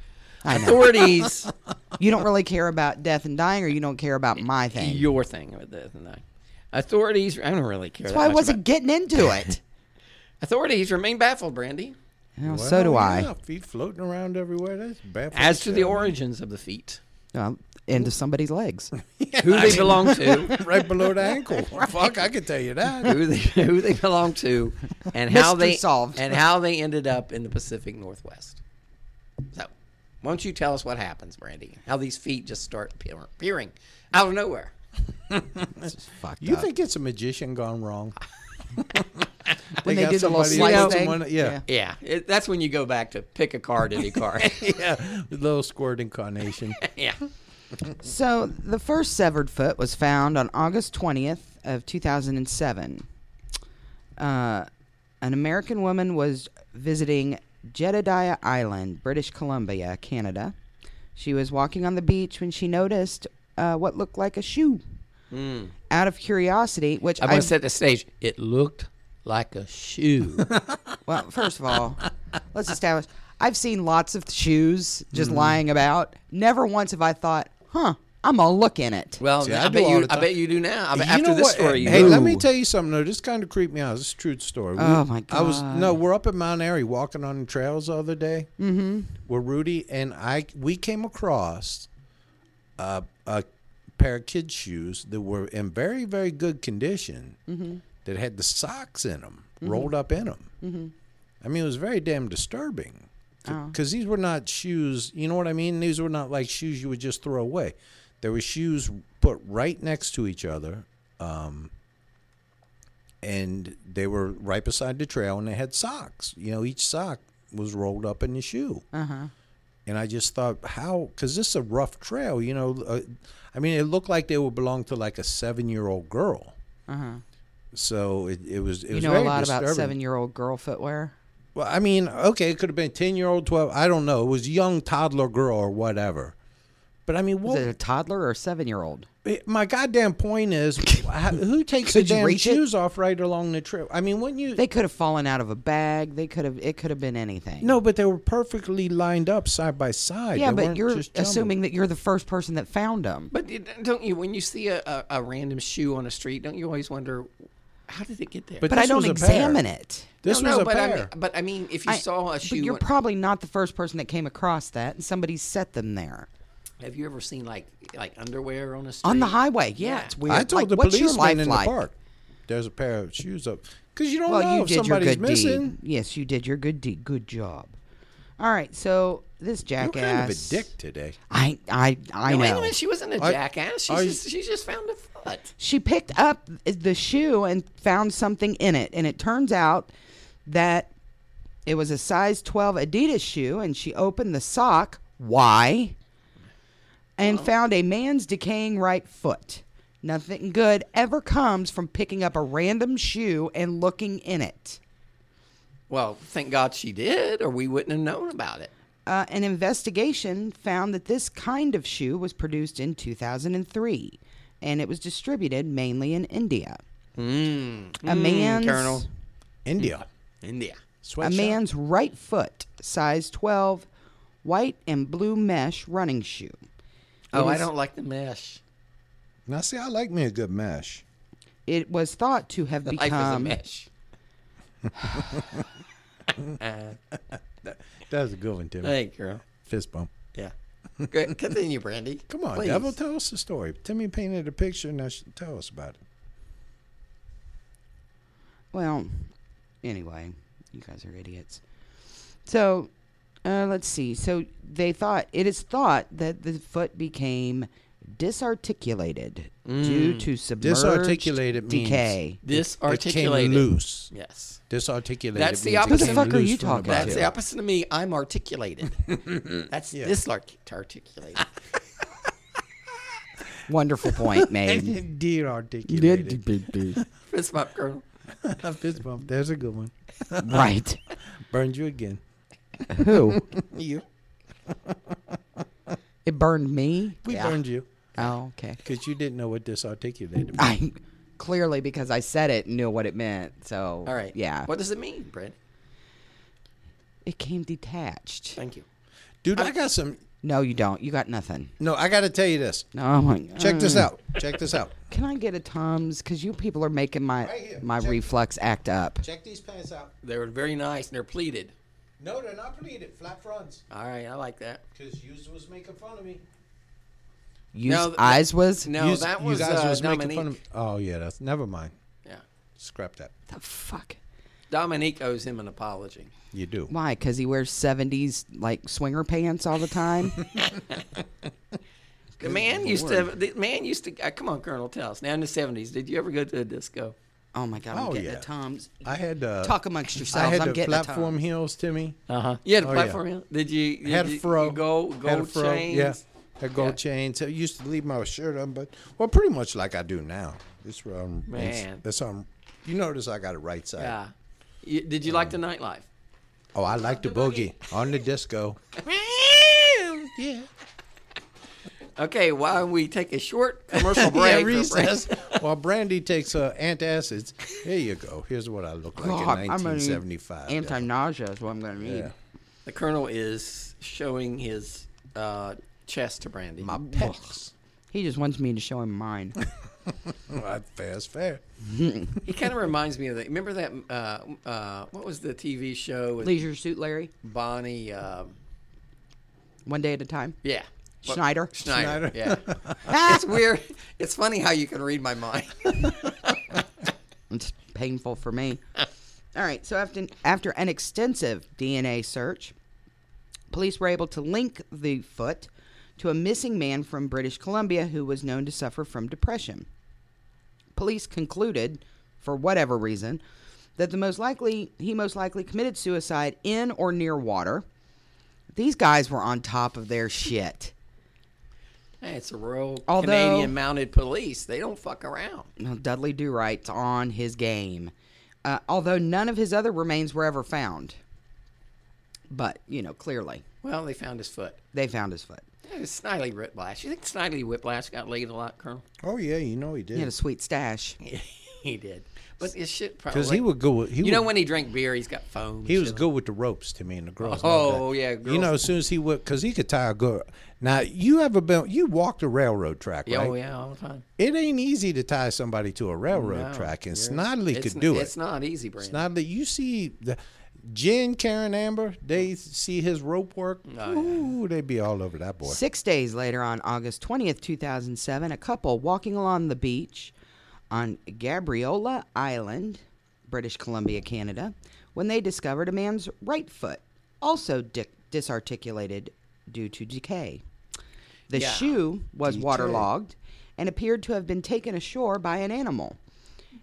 I know.
Authorities,
you don't really care about death and dying, or you don't care about my thing.
your thing with this and that. Authorities, I don't really care.
that's
that
why I
much
wasn't
about-
getting into it.
Authorities remain baffled, Brandy,
Well,
Well,
so do
yeah,
I.
Feet floating around everywhere. That's bad. for
as to the
shell.
origins of the feet,
Well, into somebody's legs.
who they belong to,
right below the ankle. Fuck, I can tell you that.
who they who they belong to, and how
Mystery
they
solved.
and how they ended up in the Pacific Northwest. So, won't you tell us what happens, Brandy? How these feet just start appear- appearing out of nowhere?
Fucked
You
up.
think it's a magician gone wrong?
when they
got
did the little
somebody
slice
who puts
thing?
one- yeah.
Yeah, it, that's when you go back to pick a card, any card.
yeah, the little squirt incarnation.
yeah.
So the first severed foot was found on August 20th of 2007. Uh, an American woman was visiting Jedediah Island, British Columbia, Canada. She was walking on the beach when she noticed uh, what looked like a shoe.
Hmm.
Out of curiosity, which
I'm going
I
to set the stage. It looked like a shoe.
well, first of all, let's establish. I've seen lots of shoes just
Mm-hmm.
lying about. Never once have I thought, "Huh, I'm gonna look in it."
Well,
See,
I,
I do
bet
all
you.
the
I
time.
bet you do now. I bet
You
after
know
this
what?
story, you
Hey,
do.
let me tell you something though. This kind of creeped me out. This is a true story. We-
Oh, my
I was no,
God.
we're up at Mount Airy walking on the trails the other day. Mm-hmm. With Rudy and I, we came across a, a pair of kids' shoes that were in very, very good condition.
Mm-hmm.
That had the socks in them, rolled up in them. Mm-hmm. I mean, it was very damn disturbing.
Oh.
Because these were not shoes, you know what I mean? These were not like shoes you would just throw away. There were shoes put right next to each other, um, and they were right beside the trail, and they had socks. You know, each sock was rolled up in the shoe.
Uh-huh.
And I just thought, how? Because this is a rough trail, you know. Uh, I mean, it looked like they would belong to like a seven-year-old girl. So it, it was. It
Uh-huh. You
was
know a
very
lot about
disturbing.
seven-year-old girl footwear.
Well, I mean, okay, it could have been 10 year old, 12. I don't know. It was young toddler girl or whatever. But I mean,
Was
what?
it a toddler or a seven-year-old?
it- my goddamn point is how- who takes the
Could you
damn
reach it?
shoes off right along the trip? I mean, wouldn't you?
They could have fallen out of a bag. They could have. It could have been anything.
no, but they were perfectly lined up side by side.
Yeah,
They
but
weren't
you're
just jumbled.
assuming that you're the first person that found them.
But you- don't you? When you see a, a, a random shoe on a street, don't you always wonder How did it get there?
But
this
I don't
was a pear.
examine it.
This
no,
was
no,
a
but I,
pair.
mean, but I mean, if you
I-
saw a shoe,
But you're
on-
probably not the first person that came across that, and somebody set them there
have you ever seen like like underwear on a street?
on the highway. Yeah,
Yeah.
it's weird.
I told
Like,
the
what's your
policeman
life
in
like?
the park. There's a pair of shoes up because you don't
Well,
know
you
if
did your
somebody's
good
missing.
deed. Yes, you did your good deed. Good job. All right, so this
You're
jackass.
kind of a dick today.
I I I
No, wait a
know.
minute, she wasn't a
Are-
jackass. She
are you-
just, she just found a foot.
she picked up the shoe and found something in it and it turns out that it was a size 12 adidas shoe and she opened the sock why and found a man's decaying right foot nothing good ever comes from picking up a random shoe and looking in it
Well, thank God she did, or we wouldn't have known about it.
Uh, an investigation found that this kind of shoe was produced in 2003 and it was distributed mainly in India. a man's,
Colonel.
India.
India.
a
Sweatshop.
man's right foot, size 12, white and blue mesh running shoe.
Oh, I
is-
don't like the mesh.
Now, see, I like me a good mesh.
It was thought to have
Life is a
become
mesh.
That was a good one, Tim.
Hey, girl.
Fist bump.
Yeah. Good. Continue, Brandy.
Come on,
Please.
Devil, tell us the story. Timmy painted a picture, now sh- tell us about it.
Well, anyway, you guys are idiots. So, uh, let's see. So they thought it is thought that the foot became disarticulated
Mm.
due to submerged
Disarticulated means-
decay.
This
It
articulated.
came loose.
Yes.
Disarticulated.
That's the
means it
opposite. Who the
came
fuck are
loose
you
from the
talking
body.
That's the opposite of me. I'm articulated. That's
Yeah.
this artic- articulated.
Wonderful point made.
Indeed, articulated.
Fist bump, Colonel.
Fist bump. There's a good one.
right.
Burned you again.
Who?
You.
It burned me.
We burned you
Oh, okay.
because you didn't know what disarticulated meant.
I clearly because I said it and knew what it meant. So
All right.
yeah,
What does it mean, Brandy?
it came detached.
Thank you.
Dude, I got some.
No, you don't. You got nothing.
No, I got to tell you this.
No, my God.
Check
Hmm.
this out. Check this out.
Can I get a Tums? Because you people are making my
Right here.
my
Check.
reflux act up.
Check these pants out.
They were very nice and they're pleated.
No, they're not pleated. Flat fronts.
All right. I like that.
Because you was making fun of me.
Use
No, th-
eyes was
No,
Yous-
that was, uh, Dominique.
Oh, yeah. That's never mind.
Yeah.
Scrap that.
the fuck.
Dominique owes him an apology.
You do.
Why? Because he wears seventies like swinger pants all the time.
The man used to. have- The man used to. Uh, come on, Colonel, tell us. Now in the seventies, did you ever go to a disco?
oh my god, I'm
Oh,
getting
yeah.
a Tums.
I had uh,
Talk amongst
I
yourselves.
had
I'm
the
getting a
platform
Tums.
heels, Timmy.
Uh huh. You had a
Oh, yeah.
platform. hill? Did you? Did
had
Uh-huh. you,
a fro.
You go gold
had a fro,
chains.
Yeah, had gold
Yeah.
chains. I used to leave my shirt on, but well, pretty much like I do now. It's um,
Man.
it's, it's um, you notice I got it right side.
Yeah. You, did you like the nightlife?
Oh, I like the boogie on the disco. yeah,
Okay. While we take a short commercial break,
yeah,
for
recess. While Brandy takes uh, antacids, here you go. Here's what I look like
God,
in
I'm gonna need
1975.
Anti-nausea is what I'm gonna need.
Yeah.
the colonel is showing his uh, chest to Brandy.
My pecs.
He just wants me to show him mine.
Fast fair.
He kind of reminds me of that. Remember that? Uh, uh, what was the TV show with
Leisure Suit Larry,
Bonnie? Um,
one day at a time.
yeah. What-
Schneider.
Schneider.
Schneider.
Yeah. it's weird. It's funny how you can read my mind.
It's painful for me. All right, so after after an extensive DNA search, police were able to link the foot to a missing man from British Columbia who was known to suffer from depression. Police concluded, for whatever reason, that the most likely he most likely committed suicide in or near water. These guys were on top of their shit.
Hey, it's a real
Although-
Canadian mounted police. They don't fuck around.
Now, Dudley Do Right's on his game, uh, although none of his other remains were ever found. But you know, clearly
Well, they found his foot.
they found his foot.
It was Snidely Whiplash. You think Snidely Whiplash got laid a lot, Colonel?
Oh yeah, you know he did.
He had a sweet stash.
he did. But his shit probably.
Because he would go. with- He
you know
would-
when he drank beer, he's got foam. and
He was
shit.
good with the ropes, Timmy, and the girls.
Oh,
loved that.
yeah,
You know,
girls-
as soon as he would, because he could tie a girl. Now, you ever been, you walked a railroad track,
Yeah,
right?
Oh yeah, all the time.
It ain't easy to tie somebody to a railroad
No,
track, and
you're-
Snodley
it's
could
n-
do it.
It's not easy, Brandon.
It's not that you see the Jen, Karen, Amber,
Mm.
they see his rope work.
Oh,
Ooh, they'd be all over that boy.
Six days later, on August 20th, 2007, a couple walking along the beach on Gabriola Island, British Columbia, Canada, when they discovered a man's right foot, also di- disarticulated due to decay. The
Yeah.
shoe was waterlogged and appeared to have been taken ashore by an animal.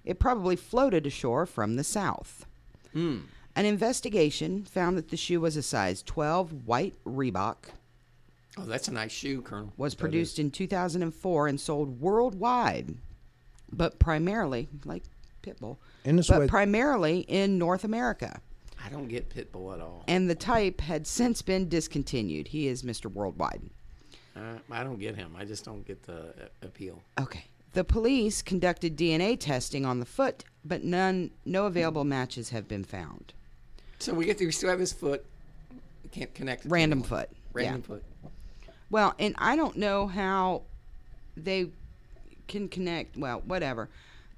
It probably floated ashore from the south. An investigation found that the shoe was a size 12 white Reebok
Oh, that's a nice shoe, Colonel.
was produced in 2004 and sold worldwide, but primarily, like Pitbull,
In the
but
Suez-
primarily in North America.
I don't get Pitbull at all.
And the type had since been discontinued. He is Mr. Worldwide.
I, I don't get him. I just don't get the uh, appeal.
Okay. The police conducted DNA testing on the foot, but none, no available matches have been found.
So we get to, we still have his foot. We Can't connect. it to
Random
anyone.
foot.
Random
yeah.
foot.
Well, and I don't know how they can connect. Well, whatever.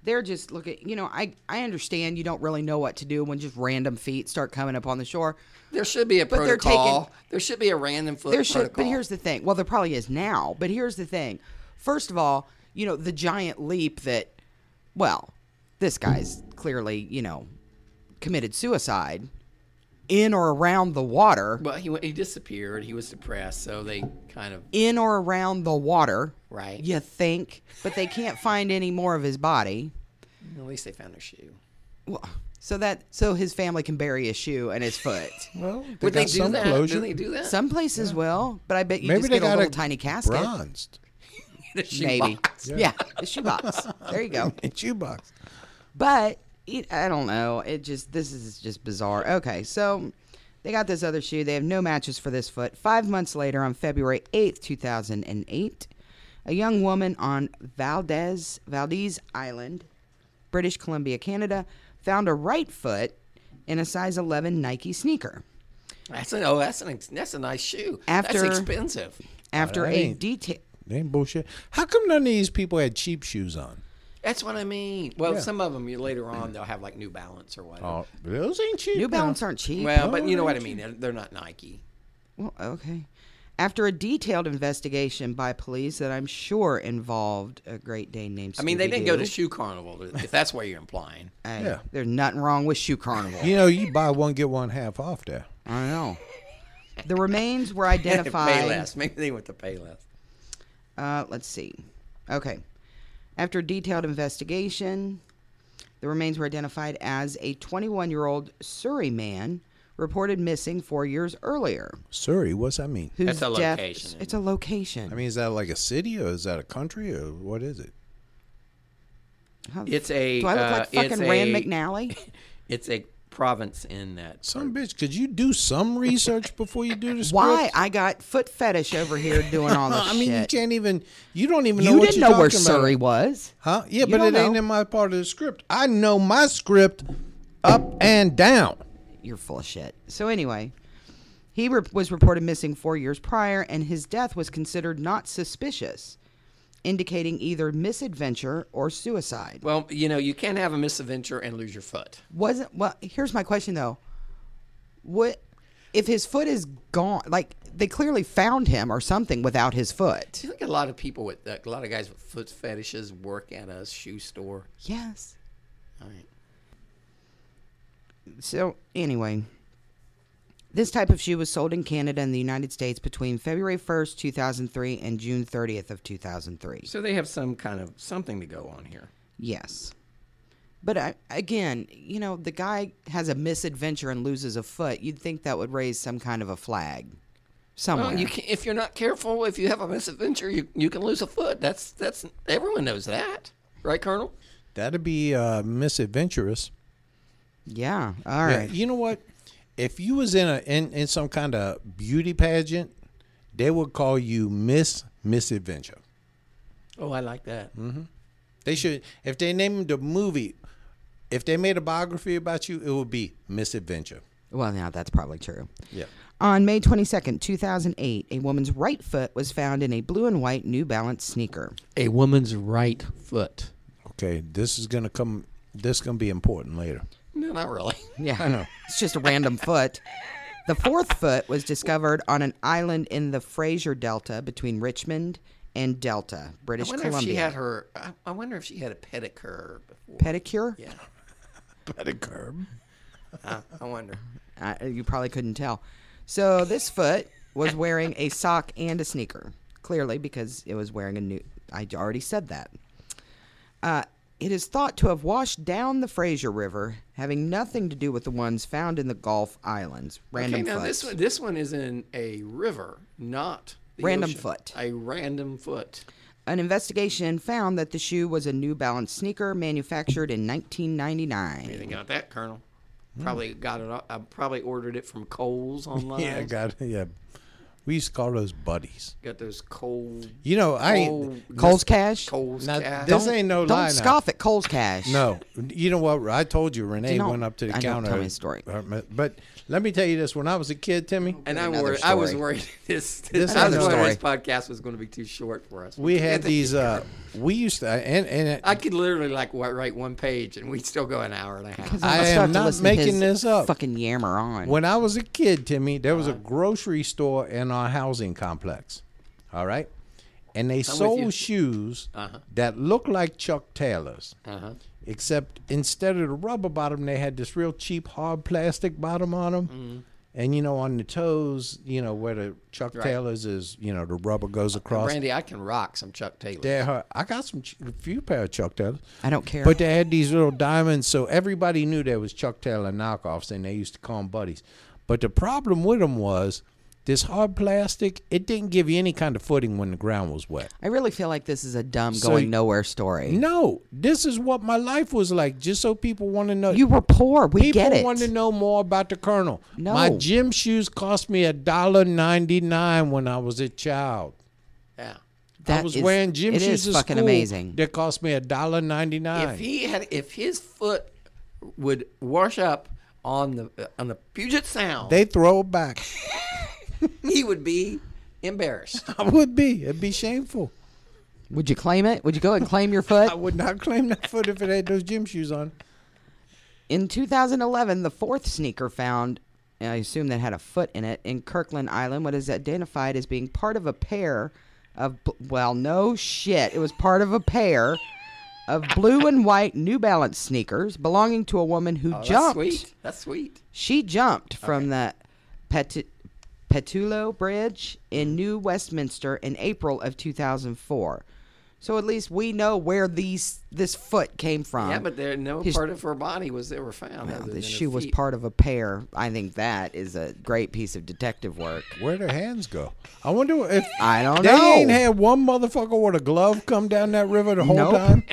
They're just looking. You know, I I understand you don't really know what to do when just random feet start coming up on the shore.
There should be a
But they're taking-
protocol. there should be a random foot
There should,
protocol.
but here's the thing. Well, there probably is now. But here's the thing. First of all, you know the giant leap that. Well, this guy's clearly you know committed suicide in or around the water.
Well, he went- he disappeared. He was depressed, so they kind of
in or around the water.
Right.
You think, but they can't find any more of his body.
at least they found a shoe.
Well, so that so his family can bury his shoe and his foot.
Well, they
Would
got
they do
some
that?
closure.
Do they do that?
Some places will, but I bet you
Maybe
just
they
get a
got
little tiny casket.
bronzed
The shoe
Maybe.
box.
Yeah. the shoebox. there you go.
in shoebox.
But it, I don't know. It just this is just bizarre. Okay, so they got this other shoe. They have no matches for this foot. Five months later, on February eighth, two thousand and eight, a young woman on Valdez Valdez Island, British Columbia, Canada, found a right foot in a size eleven Nike sneaker.
That's a, oh, that's an ex- that's a nice shoe.
After-
that's expensive.
After
that
a
ain't-
detail.
They ain't bullshit. How come none of these people had cheap shoes on?
That's what I mean. Well,
Yeah.
some of them you later on they'll have like New Balance or whatever.
Oh, those ain't cheap.
New
now.
Balance aren't cheap.
well, but you know what I mean. They're, they're not Nike.
Well, okay. After a detailed investigation by police that I'm sure involved a Great Dane named
I mean, they didn't go to
Scooby-Doo,
shoe carnival if that's what you're implying.
I-
Yeah.
There's nothing wrong with shoe carnival.
You know, you buy one get one half off there.
I know. The remains were identified.
Payless. Maybe they went to Payless.
uh, let's see. Okay. After a detailed investigation, the remains were identified as a 21 year old Surrey man reported missing four years earlier.
Surrey, what's that mean?
Whose
That's a
death-
location.
It's a location.
I mean, is that like a city or is that a country or what is it?
How the
It's
f-
a.
Do I look
uh,
like
it's
fucking Rand
a-
McNally?
It's a province in that.
Some bitch, could you do some research before you do the script?
Why? I got foot fetish over here doing all this
I mean,
shit.
you can't even. You don't even know
You
what
didn't
you're
know where
talking about.
Surrey was.
Huh? Yeah,
You
but
don't
it ain't
know.
in my part of the script. I know my script up and down.
you're full of shit. So anyway, he re- was reported missing four years prior, and his death was considered not suspicious, indicating either misadventure or suicide.
Well, you know, you can't have a misadventure and lose your foot.
Wasn't well. Here's my question though: What if his foot is gone? Like they clearly found him or something without his foot.
Do you think a lot of people with a lot of guys with foot fetishes work at a shoe store?
Yes.
All right.
So anyway, this type of shoe was sold in Canada and the United States between February 1st, 2003 and June 30th of 2003.
So they have some kind of something to go on here.
Yes. But I, again, you know, the guy has a misadventure and loses a foot. You'd think that would raise some kind of a flag
Oh,
somewhere.
Well, you can, if you're not careful, if you have a misadventure, you, you can lose a foot. That's that's everyone knows that, right, Colonel?
That'd be uh, misadventurous.
yeah. All
Yeah,
right.
You know what? If you was in a in, in some kind of beauty pageant, they would call you Miss Misadventure.
Oh, I like that.
They should if they named a movie, if they made a biography about you, it would be Misadventure.
Well, now that's probably true.
Yeah.
On May 22nd, 2008, a woman's right foot was found in a blue and white New Balance sneaker.
A woman's right foot.
Okay, this is gonna come. This gonna be important later.
No, not really.
Yeah. I know. It's just a random foot. The fourth foot was discovered on an island in the Fraser Delta between Richmond and Delta,
I
British
wonder
Columbia.
if she had her. I, I wonder if she had a pedicure before.
Pedicure?
yeah,
Better curb.
I, I wonder.
I, you probably couldn't tell. So this foot was wearing a sock and a sneaker, clearly because it was wearing a new. I already said that. Uh, it is thought to have washed down the Fraser River, having nothing to do with the ones found in the Gulf Islands. Random
okay, now
foot.
this one. This one is in a river, not the
Random
ocean.
foot.
A random foot.
An investigation found that the shoe was a New Balance sneaker manufactured in
They
1999.
got that, Colonel. Probably got it. o- I probably ordered it from Coles online.
Yeah, I got yeah. We used to call those buddies.
Got those Cole.
You know, I
Cole-
ain't
Cole's Cash?
Coles
Now,
cash.
this ain't no lie.
Don't
now.
scoff at Cole's Cash.
No, you know what? I told you Renee
Don't-
went up to the
I know,
counter.
tell me a story.
But let me tell you this: when I was a kid, Timmy,
and I
Another
worried. I was
story.
worried this.
This
this I was
another
worried this podcast was going to be too short for us.
we had these. Uh, we used to, and and
I could literally like wa- write one page, and we'd still go an hour and a half.
I
I'll
am
start to
not
listen to his
making this up.
Fucking yammer on.
When I was a kid, Timmy, there was a grocery store in our housing complex. All right. And they
you. Uh-huh.
sold shoes that looked like Chuck Taylor's. Except instead of the rubber bottom, they had this real cheap hard plastic bottom on them.
Mm-hmm.
And you know, on the toes, you know, where the Chuck Taylor's is, you know, the rubber goes across.
Randy, I can rock some Chuck Taylor.
They had- I got some ch- a few pair of Chuck Taylors.
I don't care.
But they had these little diamonds, so everybody knew there was Chuck Taylor knockoffs, and they used to call them buddies. But the problem with them was this hard plastic. It didn't give you any kind of footing when the ground was wet.
I really feel like this is a dumb
So
going
you-
nowhere story.
No, this is what my life was like. Just so people want to know,
You were poor. We
people
get it.
want to know more about the Colonel.
No.
my gym shoes cost me a dollar ninety nine when I was a child.
Yeah.
I
That
was
is-
wearing gym
it
shoes.
is
to
fucking
school
amazing.
That cost me a dollar ninety nine.
If he had, if his foot would wash up on the uh, on the Puget Sound,
They throw it back.
he would be embarrassed.
I would be. It'd be shameful.
Would you claim it? Would you go and claim your foot?
I would not claim that foot if it had those gym shoes on.
In 2011, the fourth sneaker found, and I assume that had a foot in it, in Kirkland Island, what is identified as being part of a pair of, bl- well, no shit. It was part of a pair of blue and white New Balance sneakers belonging to a woman
Oh,
who
That's
jumped.
sweet. That's sweet.
She jumped from the Pet- Petulo Bridge
Mm-hmm.
in New Westminster in April of 2004. So at least we know where these this foot came from.
Yeah, but there no
his-
part of her body was ever found.
Now,
other
that
than
she
her
was
feet.
part of a pair. I think that is a great piece of detective work.
Where'd her hands go? I wonder if
I don't
they
know.
ain't had one motherfucker with a glove come down that river the whole
Nope.
time.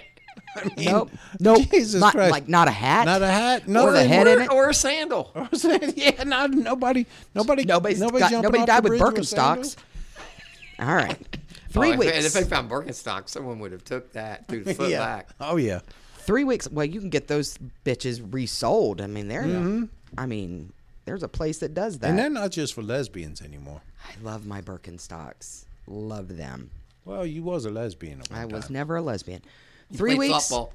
I mean,
Nope. Nope.
Jesus
Not-
Christ.
like, not a hat?
Not a hat.
Or
No
the head in it?
or a sandal.
yeah, not nobody. Nobody.
Nobody's
nobody
got-
jumping
nobody
off
died
the
with
bridge sandals?
Birkenstocks. All right. Three
Oh, if-
weeks.
And if they found Birkenstock, someone would have took that through the foot
yeah.
back.
Oh yeah.
Three weeks. Well, you can get those bitches resold. I mean, they're. I mean, there's a place that does that.
And they're not just for lesbians anymore.
I love my Birkenstocks. Love them.
Well, you was a lesbian. At one
I
time.
was never a lesbian. Three
Played
weeks.
Softball.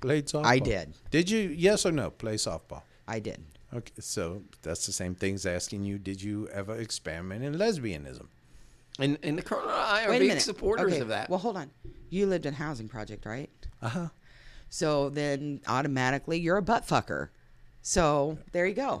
Played softball.
I did.
Did you? Yes or no? Play softball.
I did.
Okay, so that's the same thing as asking you, did you ever experiment in lesbianism?
And and the Colonel and I are
Wait a
big
minute.
supporters
Okay,
of that.
Well, hold on. You lived in a housing project, right? Uh huh. So then automatically you're a butt fucker. So there you go.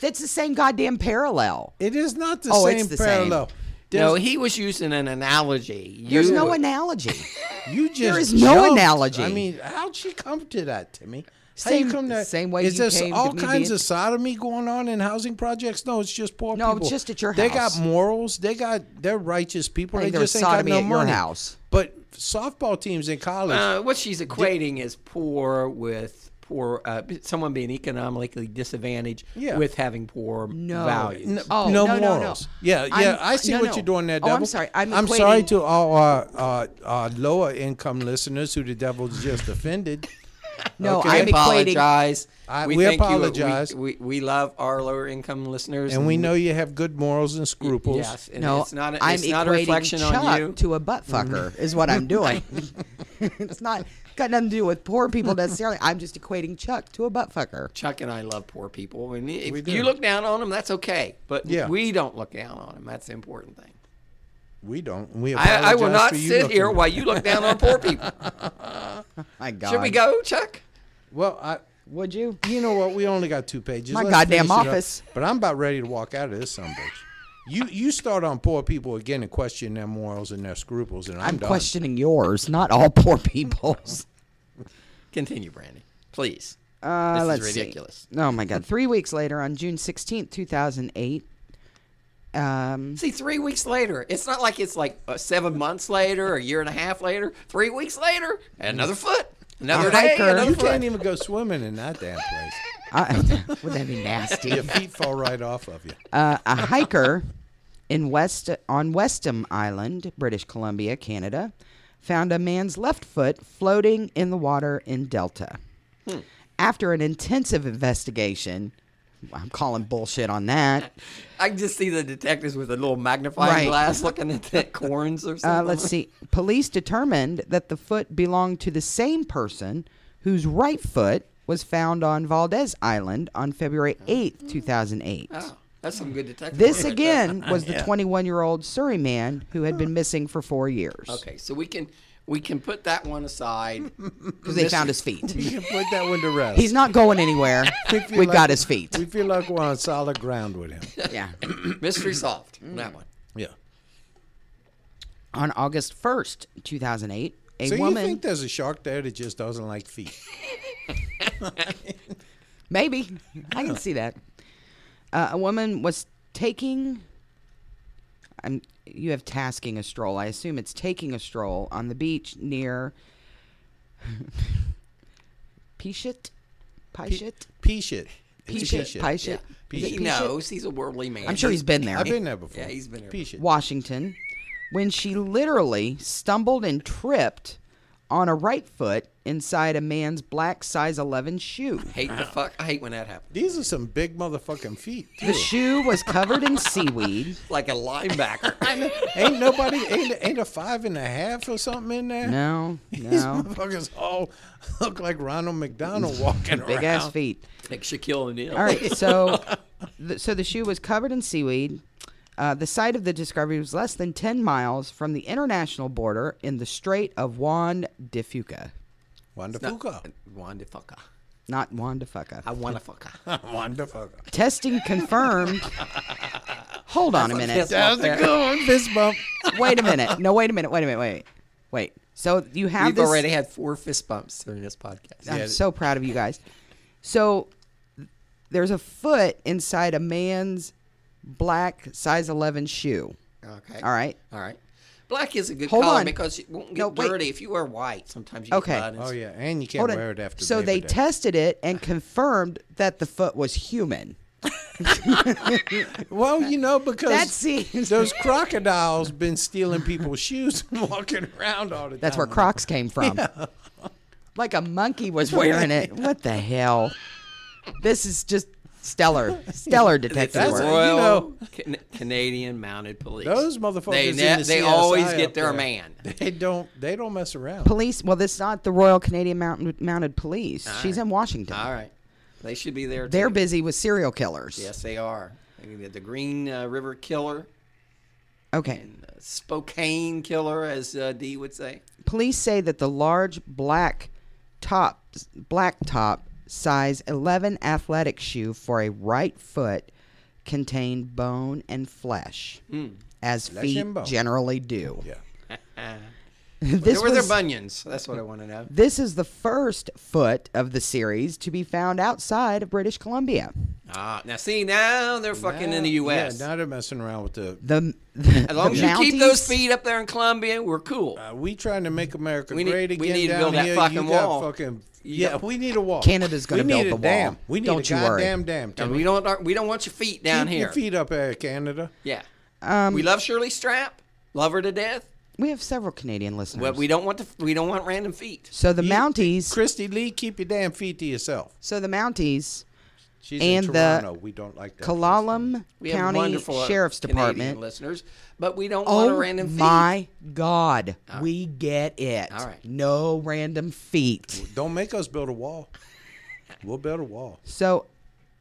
That's the same goddamn parallel.
It is not the
Oh,
same
it's the same.
parallel.
no,
There's-
he was using an analogy.
There's
You-
no analogy.
you just
is no
jumped.
analogy.
I mean, how'd she come to that, Timmy? How
Same-
you come to
same way
Is
you
there
came to
all
me
kinds
being-
of sodomy going on in housing projects? No, it's just poor
No,
people.
it's just at your
They
house.
got morals. They got they're righteous people.
I think
they
there was
just ain't got
sodomy
no
at your
money.
house.
But softball teams in college.
Uh, what she's equating is poor with poor uh, someone being economically disadvantaged
Yeah.
with having poor
No.
values.
n-
oh,
no,
no, no, no.
morals. Yeah,
I'm-
yeah. i see
no,
what
no.
you're doing there,
Oh, I'm
devil.
sorry. I'm
sorry
equating-
to all our, our, our lower income listeners who the devil's just offended.
No,
Okay.
I
I'm equating.
apologize.
I- we
thank you.
apologize.
we, we, we love our lower income listeners,
and we know you have good morals and scruples.
Yes, and
No,
it's not. A,
I'm
it's not a
equating
reflection
Chuck
on you. Mm-hmm.
to a butt fucker is what I'm doing. it's not got nothing to do with poor people necessarily. I'm just equating Chuck to a butt fucker.
Chuck and I love poor people, and
We
if
do.
you look down on them, that's okay. But
Yeah.
we don't look down on them. That's the important thing.
We don't. We
I, I will
apologize
not
for you
sit
looking
here
at-
while you look down on poor people.
My God,
Should we go, Chuck?
Well, I,
Would you?
you know what? We only got two pages.
My
Let's
goddamn
finish it up.
office.
But I'm about ready to walk out of this son of a bitch. You you start on poor people again and question their morals and their scruples, and I'm,
I'm,
done.
questioning yours, not all poor people's.
Continue, Brandy, please.
Uh,
this
let's
is
see.
ridiculous.
Oh my God! Three weeks later, on June sixteenth, two thousand eight. Um,
See, three weeks later. It's not like it's like uh, seven months later, a year and a half later. Three weeks later, another foot, another
A
day,
hiker-
another
You
foot.
can't even go swimming in that damn place.
I, would that be nasty?
Your feet fall right off of you.
uh, a hiker in West on Westham Island, British Columbia, Canada, found a man's left foot floating in the water in Delta.
Hmm.
After an intensive investigation, I'm calling bullshit on that.
I can just see the detectives with a little magnifying
Right.
glass looking at the corns or something.
Uh, let's see. Police determined that the foot belonged to the same person whose right foot was found on Valdez Island on February 8th, 2008.
Oh, that's some good detective.
This
work right there.
again was the 21 year old Surrey man who had been missing for four years.
Okay, so we can we can put that one aside.
Because they found his feet.
You can put that one to rest.
He's not going anywhere.
We feel
We've
like-
got his feet.
We feel like we're on solid ground with him.
Yeah.
Mystery solved.
Mm.
on that one.
Yeah.
On August 1st, 2008, a
so
woman.
you think there's a shark there that just doesn't like feet?
Maybe. I can see that. Uh, a woman was taking. I'm, you have tasking a stroll. I assume it's taking a stroll on the beach near. Pishit? Pishit?
Pea shit. It's
Pishit?
shit.
Pishit?
Pea
He
shit.
knows he's a worldly man.
I'm sure he's been there.
I've been there before.
Yeah, he's been there
Pea shit.
Washington when she literally stumbled and tripped on a right foot inside a man's black size 11 shoe.
hate the fuck. I hate when that happens.
These are some big motherfucking feet.
The
Too.
shoe was covered in seaweed.
Like a linebacker.
ain't nobody ain't ain't a five and a half or something in there.
No,
These
no.
motherfuckers all look like Ronald McDonald walking around.
Big ass feet.
like Shaquille O'Neal.
All right, so the, so the shoe was covered in seaweed. Uh, the site of the discovery was less than 10 miles from the international border in the Strait of Juan de Fuca.
Wonderful.
Juan de fucker.
Not Juan de Fuca.
I want a fucker.
Wonderful.
Testing confirmed. Hold on a minute.
That was a good one. Fist bump.
wait a minute. No, wait a minute. Wait a minute. Wait. Wait. So you have
We've
this.
already had four fist bumps during this podcast.
I'm so proud of you guys. So there's a foot inside a man's black size 11 shoe.
Okay.
All right.
All right. Black is a good
Hold
color
on.
because it won't get
No, wait.
dirty. If you wear white, sometimes you
Okay.
get blood. and
Oh
s-
yeah, and you can't
Hold on.
wear it after.
so
Labor
they
Day.
tested it and confirmed that the foot was human.
Well, you know because
That seems-
those crocodiles been stealing people's shoes and walking around all the time.
That's where Crocs came from. Like a monkey was wearing it. What the hell? This is just stellar, stellar detective
That's
work.
a- you
Royal
know-
Can- Canadian Mounted Police.
Those motherfuckers.
They,
in
ne-
the
they
CSI
always
up
get their
there,
man.
They don't. They don't mess around.
police. Well, this is not the Royal Canadian Mountain, Mounted Police. She's in Washington.
All right. They should be there.
They're
too.
busy with serial killers.
Yes, they are. They got The Green uh, River Killer,
Okay.
uh, Spokane Killer, as uh, Dee would say.
Police say that the large black top, black top size 11 athletic shoe for a right foot contained bone and flesh,
Hmm.
as feet
and bone.
generally do.
Yeah.
this
Where were
was,
their bunions? That's what I want to know.
this is the first foot of the series to be found outside of British Columbia.
Ah, now see, now they're fucking in the
Yeah,
U.S.
now they're messing around with the.
The, the
as long as
the
you keep those
Mounties-
feet up there in Colombia, we're cool.
Uh, we trying to make America
We need-
great
we
again
need to
down
build that
here.
fucking
you got
wall.
fucking
You
yeah.
got-
We need a wall.
Canada's gonna
We
build
need
the
a dam.
wall.
We need
Don't
a
you worry.
goddamn dam.
And
Tim.
we don't we don't want your feet down
Keep
here.
your feet up, Air Canada.
Yeah.
Um,
we love Shirley Strap. Love her to death.
We have several Canadian listeners.
But we don't want the we don't want random feet.
so the
You-
Mounties,
Christy Lee, keep your damn feet to yourself.
so the Mounties,
She's
And
in
the
Toronto. we don't like that.
Kalalam
We have
County
wonderful uh,
Sheriff's
Canadian
Department.
listeners, but we don't want a
Oh
random feet.
my God, we get it.
All right.
No random feet.
Christy. Don't make us build a wall. We'll build a wall.
So,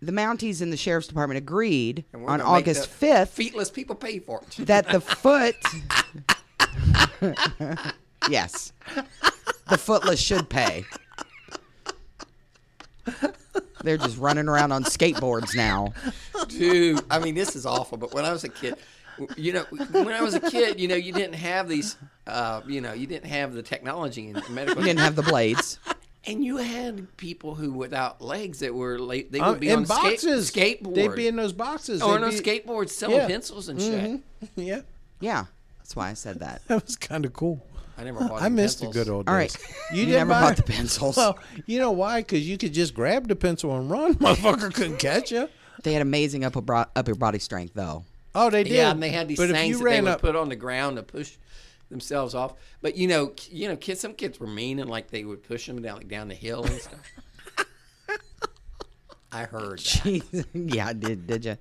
the Mounties and the Sheriff's Department agreed
And we're
on
gonna make
August
the
fifth
Feetless people pay for it.
that the foot. yes. The footless should pay. They're just running around on skateboards now.
Dude, I mean, this is awful. But when I was a kid, you know, when I was a kid, you know, you didn't have these, uh, you know, you didn't have the technology and medical.
We didn't have the blades.
and you had people who without legs that were late. They would
Um,
be
in
on skate-
boxes.
skateboard.
They'd be in those boxes.
or
They'd
on those
be-
skateboards selling
yeah. Mm-hmm.
pencils and shit.
Yeah,
Yeah, that's why I said that.
that was kind of cool.
I never bought.
I
any
missed
pencils.
the good old days.
All right. You
didn't
never bought
buy-
the pencils.
Well, you know why? Because you could just grab the pencil and run. Motherfucker couldn't catch you.
They had amazing upper, bro- upper body strength, though.
Oh, they did.
Yeah, and they had these
but if
things
you
that they
ran
would
up,
put on the ground to push themselves off. But you know, k- you know, kids. Some kids were mean and like they would push them down like down the hill and stuff. I heard. That.
yeah, I did. Did you?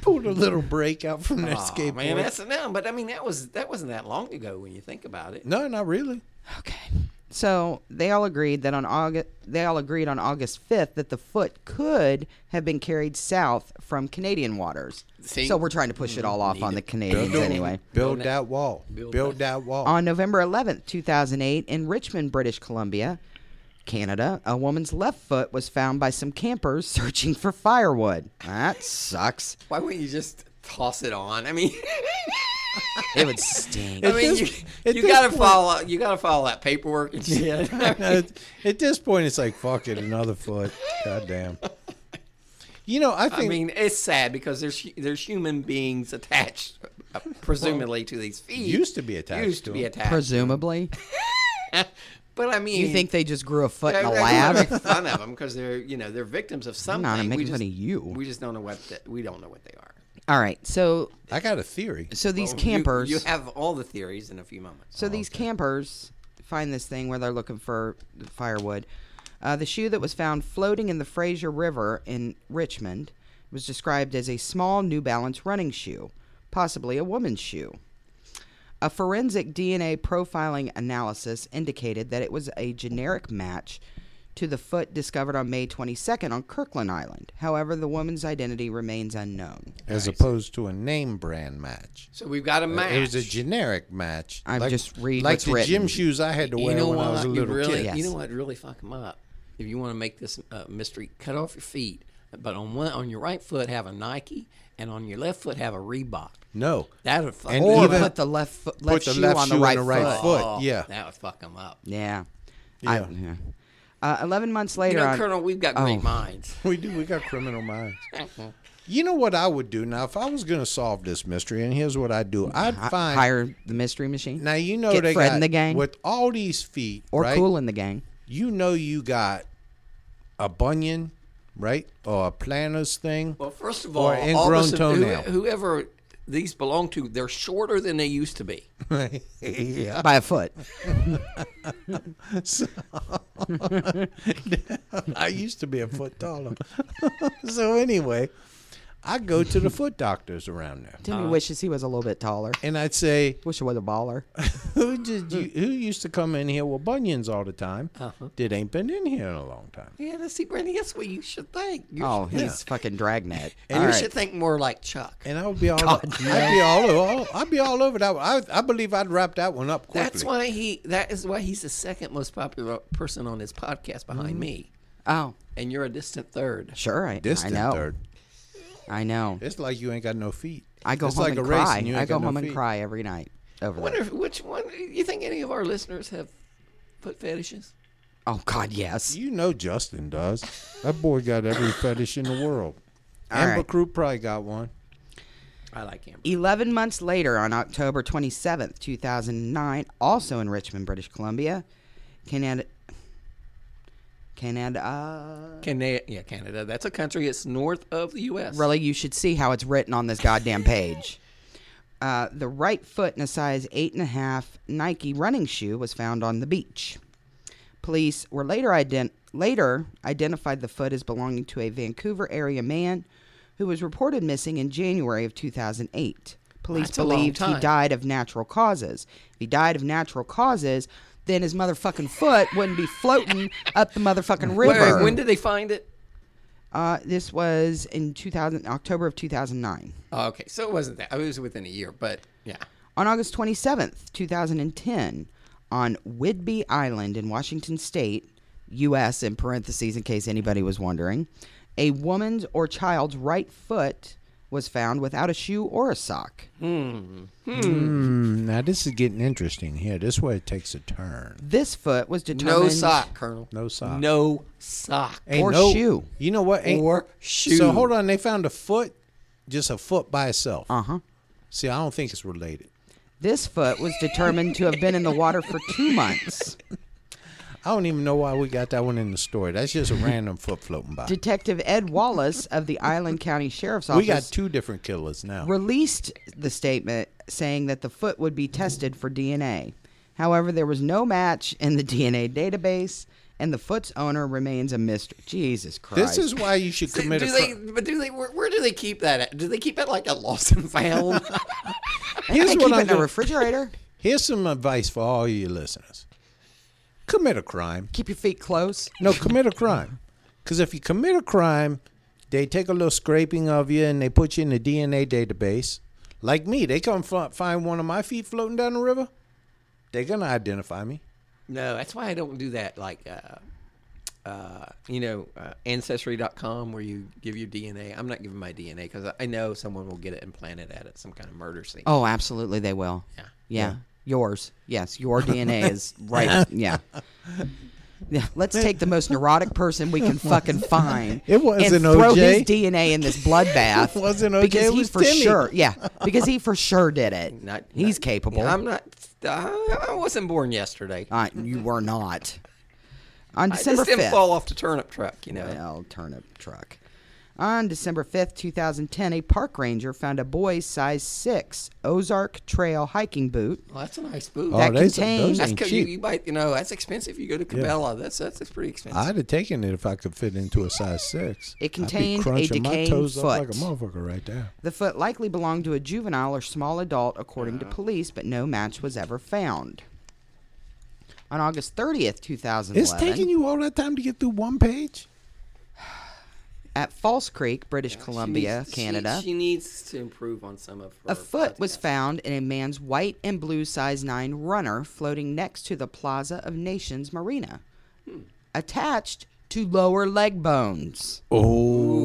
pulled a little break out from that
Aw,
skateboard.
Oh, man, that's no. But I mean, that was that wasn't that long ago when you think about it.
no, not really.
Okay. So they all agreed that on August they all agreed on August fifth that the foot could have been carried south from Canadian waters.
See?
So we're trying to push it all off on the Canadians anyway.
Build that wall. Build, that wall.
On November eleventh, two thousand eight, in Richmond, British Columbia, Canada, a woman's left foot was found by some campers searching for firewood. That sucks.
Why wouldn't you just toss it on? I mean,
It would stink.
I
At
mean,
this-
you,
at
you
this
gotta
point-
follow you gotta follow that paperwork and shit.
at, at this point, it's like fuck it, another foot. Goddamn. You know, I
I
think
mean, it's sad because there's hu- there's human beings attached, uh, presumably to these feet.
used to be attached
Used
to
to be
them.
attached.
Presumably,
but I mean,
you think they just grew a foot
I-
in a
I- I
lab?
make fun of them because they're you know they're victims of something.
I'm
we
making
just,
fun of you.
We just don't know what the, we don't know what they are.
All right. So,
I got a theory.
so these
You-
campers.
You, have all the theories in a few moments.
So these campers find this thing where they're looking for the firewood. Uh, the shoe that was found floating in the Fraser River in Richmond was described as a small New Balance running shoe, possibly a woman's shoe. A forensic DNA profiling analysis indicated that it was a generic match to the foot discovered on May 22nd on Kirkland Island. However, the woman's identity remains unknown.
as opposed to a name brand match.
So we've got a match.
It was Uh, a generic match.
I just read
like
what's
the
written.
gym shoes I had to wear when I was a
You
little
really,
kid.
Yeah.
You know
Yes.
what really fuck them up? If you want to make this uh, mystery, cut off your feet, but on one on your right foot have a Nike, and on your left foot have a Reebok.
No,
That would fuck.
And
Or
even-
put the left, foot, left
the
shoe
left
on the
shoe on
Oh,
right
the right
foot.
foot. yeah.
that would fuck them up.
Yeah. I- yeah. Uh, 11 months later,
You know,
on,
Colonel, we've got great minds.
We do. We got criminal minds. You know what I would do now if I was going to solve this mystery, and here's what I'd do: I'd
hi-
find
hire the mystery machine.
now you know
get
they
Fred
got
in the gang
with all these feet
or
right?
Cool in the gang.
You know you got a bunion, right, or a planner's thing.
Well, first of all,
Or
all
ingrown
this, who-
toenail.
whoever these belong to, they're shorter than they used to be.
yeah.
By a foot.
I used to be a foot taller. so anyway, I go to the foot doctors around there,
Timmy wishes he was a little bit taller.
Uh-huh. and I'd say,
Wish he was a baller.
"Who did
Hmm.
you? Who used to come in here with bunions all the time?
Uh-huh.
That ain't been in here in a long time."
Yeah, let's see, Brandy, that's what you should think. You
Oh,
should,
he's fucking dragnet.
you
All right.
should think more like Chuck.
And I would be all, I'd be all, all, I'd be all over that. One. I, I believe I'd wrap that one up quickly.
That's why he. That is why he's the second most popular person on his podcast behind me,
Oh,
and you're a distant third.
sure. I, I
distant
know.
third.
I know.
It's like you ain't got no feet.
I go
it's
home
like
and
a race
cry.
you
I
ain't
go
got no
home and
feet.
cry every night over
I wonder
that.
if, which one. You think any of our listeners have foot fetishes?
Oh God, yes.
You know Justin does. That boy got every fetish in the world.
All
Amber
right.
Crew probably got one.
I like Amber.
11 months later, on October 27th, 2009, also in Richmond, British Columbia, Canada. Canada.
Canada, yeah, Canada. That's a country. It's north of the U.S.
Really, you should see how it's written on this goddamn page. Uh, the right foot in a size 8.5 Nike running shoe was found on the beach. Police were later, ident- later identified the foot as belonging to a Vancouver area man who was reported missing in January of 2008. Police
That's a long
believed he
time.
died of natural causes. If he died of natural causes, then his motherfucking foot wouldn't be floating up the motherfucking
Wait,
river.
when did they find it?
uh, this was in 2000, October of 2009.
Oh, okay, so it wasn't that. It was within a year, but yeah.
On August 27th, 2010, on Whidbey Island in Washington State, U.S., in parentheses, in case anybody was wondering, a woman's or child's right foot was found without a shoe or a sock.
Hmm, now this is getting interesting here. This way it takes a turn.
This foot was determined.
No sock, Colonel.
No sock.
No sock.
Ain't
Or
no-
shoe.
You know what? Ain't,
Or
So
shoe.
hold on. They found a foot, just a foot by itself.
Uh huh.
See, I don't think it's related.
This foot was determined to have been in the water for two months.
I don't even know why we got that one in the story. That's just a random foot floating by.
Detective Ed Wallace of the Island County Sheriff's Office.
We got two different killers now.
released the statement saying that the foot would be tested for DNA. However, there was no match in the DNA database, and the foot's owner remains a mystery. Jesus Christ!
This is why you should
Do
commit a
they?
crime.
But do they? Where, where do they keep that? At? Do they keep it like a lost and found?
I
Here's
keep
what
it
I'm
in the
gonna-
refrigerator.
Here's some advice for all you listeners. Commit a crime.
keep your feet close.
No, commit a crime. Because if you commit a crime, they take a little scraping of you and they put you in the DNA database. Like me, they come fi- find one of my feet floating down the river. They're gonna identify me.
No, that's why I don't do that. Like, uh, uh, you know, uh, Ancestry.com where you give your DNA. I'm not giving my DNA because I know someone will get it implanted at it, some kind of murder scene.
Oh, absolutely, they will.
Yeah.
yeah. Yours, yes. Your DNA is right. Yeah. Yeah, let's take the most neurotic person we can fucking find.
It wasn't
and throw
OJ.
his DNA in this bloodbath.
It wasn't OJ,
Because
it
he
was
for
Timmy.
sure, yeah, because he for sure did it.
Not,
He's
not-
capable.
I'm not. I I wasn't born yesterday.
Uh, you were not. On
I
December
just didn't
5th.
fall off the turnip truck, you know.
Well, turnip truck. On December 5th, 2010, a park ranger found a boy's size 6 Ozark Trail hiking boot.
Well, that's a nice boot.
Oh,
That
those-
contains-
those
that's
ain't
because you,
cheap.
you might, you know, that's expensive. You go to Cabela. That's, that's that's pretty expensive.
I'd have taken it if I could fit into a size six.
It contained a
I'd be crunching my
decaying
toes up like a
foot.
motherfucker right there.
The foot likely belonged to a juvenile or small adult, according to police, but no match was ever found. On August 30th, 2011,
It's taking you all that time to get through one page.
at False Creek, British
She
Columbia,
needs- she-
Canada,
She, needs to improve on some of her.
A foot was
podcasts.
found in a man's white and blue size 9 runner floating next to the Plaza of Nations Marina,
Hmm.
attached to lower leg bones.
Oh,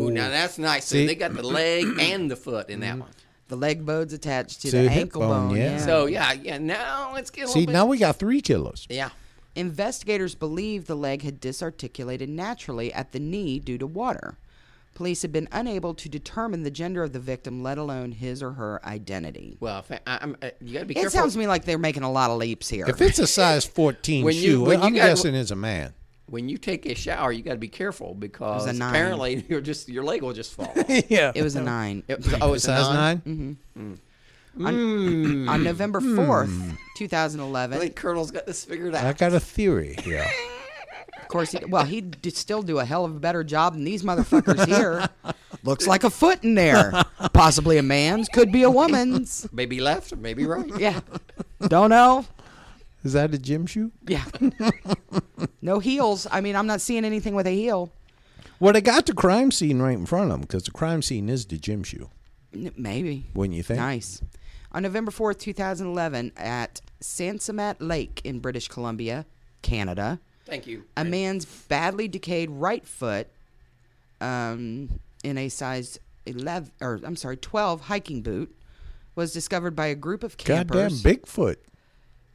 Ooh, now that's nice. So
See?
they got the leg and the foot in that
Mm-hmm.
one.
The leg bone's attached to
To
the
the hip
ankle
bone,
bone.
yeah.
yeah.
So yeah, yeah. Now let's get a
see,
little bit.
now we got three killers.
yeah.
Investigators believe the leg had disarticulated naturally at the knee due to water. Police have been unable to determine the gender of the victim, let alone his or her identity.
Well, fa- I, I'm, uh, you got to be
It
careful.
sounds to me like they're making a lot of leaps here.
If it's a size 14
When you-
shoe,
when you
I'm
got-
guessing it's a man.
when you take a shower, you got to be careful because
It was a nine.
apparently you're just your leg will just fall. off.
Yeah.
It was a nine.
It- oh, it's a
size
nine?
9?
On November 4th, 2011.
I think Colonel's got this figured out.
I got a theory here.
Of course, he, well, he'd d- still do a hell of a better job than these motherfuckers here. Looks like a foot in there. Possibly a man's, could be a woman's.
Maybe left, maybe right.
Yeah. Don't know.
Is that a gym shoe?
Yeah. No heels. I mean, I'm not seeing anything with a heel.
Well, they got the crime scene right in front of them because the crime scene is the gym shoe.
N- Maybe.
Wouldn't you think?
Nice. On November 4th, 2011, at Sansomat Lake in British Columbia, Canada,
Thank you.
a man's badly decayed right foot um, in a size 11 or I'm sorry 12 hiking boot was discovered by a group of
Goddamn
campers
Bigfoot.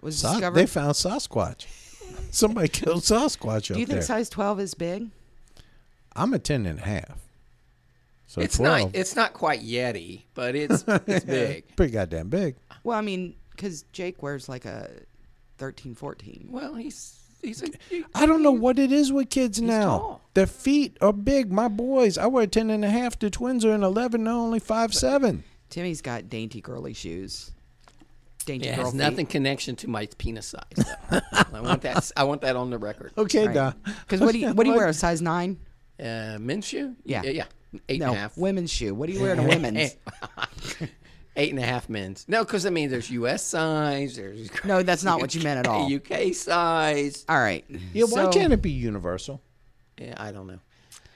was
Sa-
discovered
they found Sasquatch. Somebody killed Sasquatch up
do you think
there.
size 12 is big
I'm a 10 and a half. So
It's
12.
not it's not quite Yeti, but it's it's big.
Pretty goddamn big.
well I mean because Jake wears like a 13 14
Well, he's he's a he-
I don't know what it is with kids now.
tall.
Their feet are big. My boys, I wear 10 and a half. The twins are an 11. They're only five seven.
Timmy's got dainty girly shoes dainty
it
girl
has
feet.
nothing connection to my penis size. though. I want that s- I want that on the record.
Okay, Doc.
because what do you what do you wear a size 9
Uh, men's shoe?
Yeah.
yeah, yeah. Eight
no
and a half.
women's shoe what do you wear in a women's
Eight and a half men's. No, because I mean, there's U.S. size. There's
no that's not what you meant at all
UK size.
all right
Yeah, why
so-
can't it be universal?
Yeah, I don't know.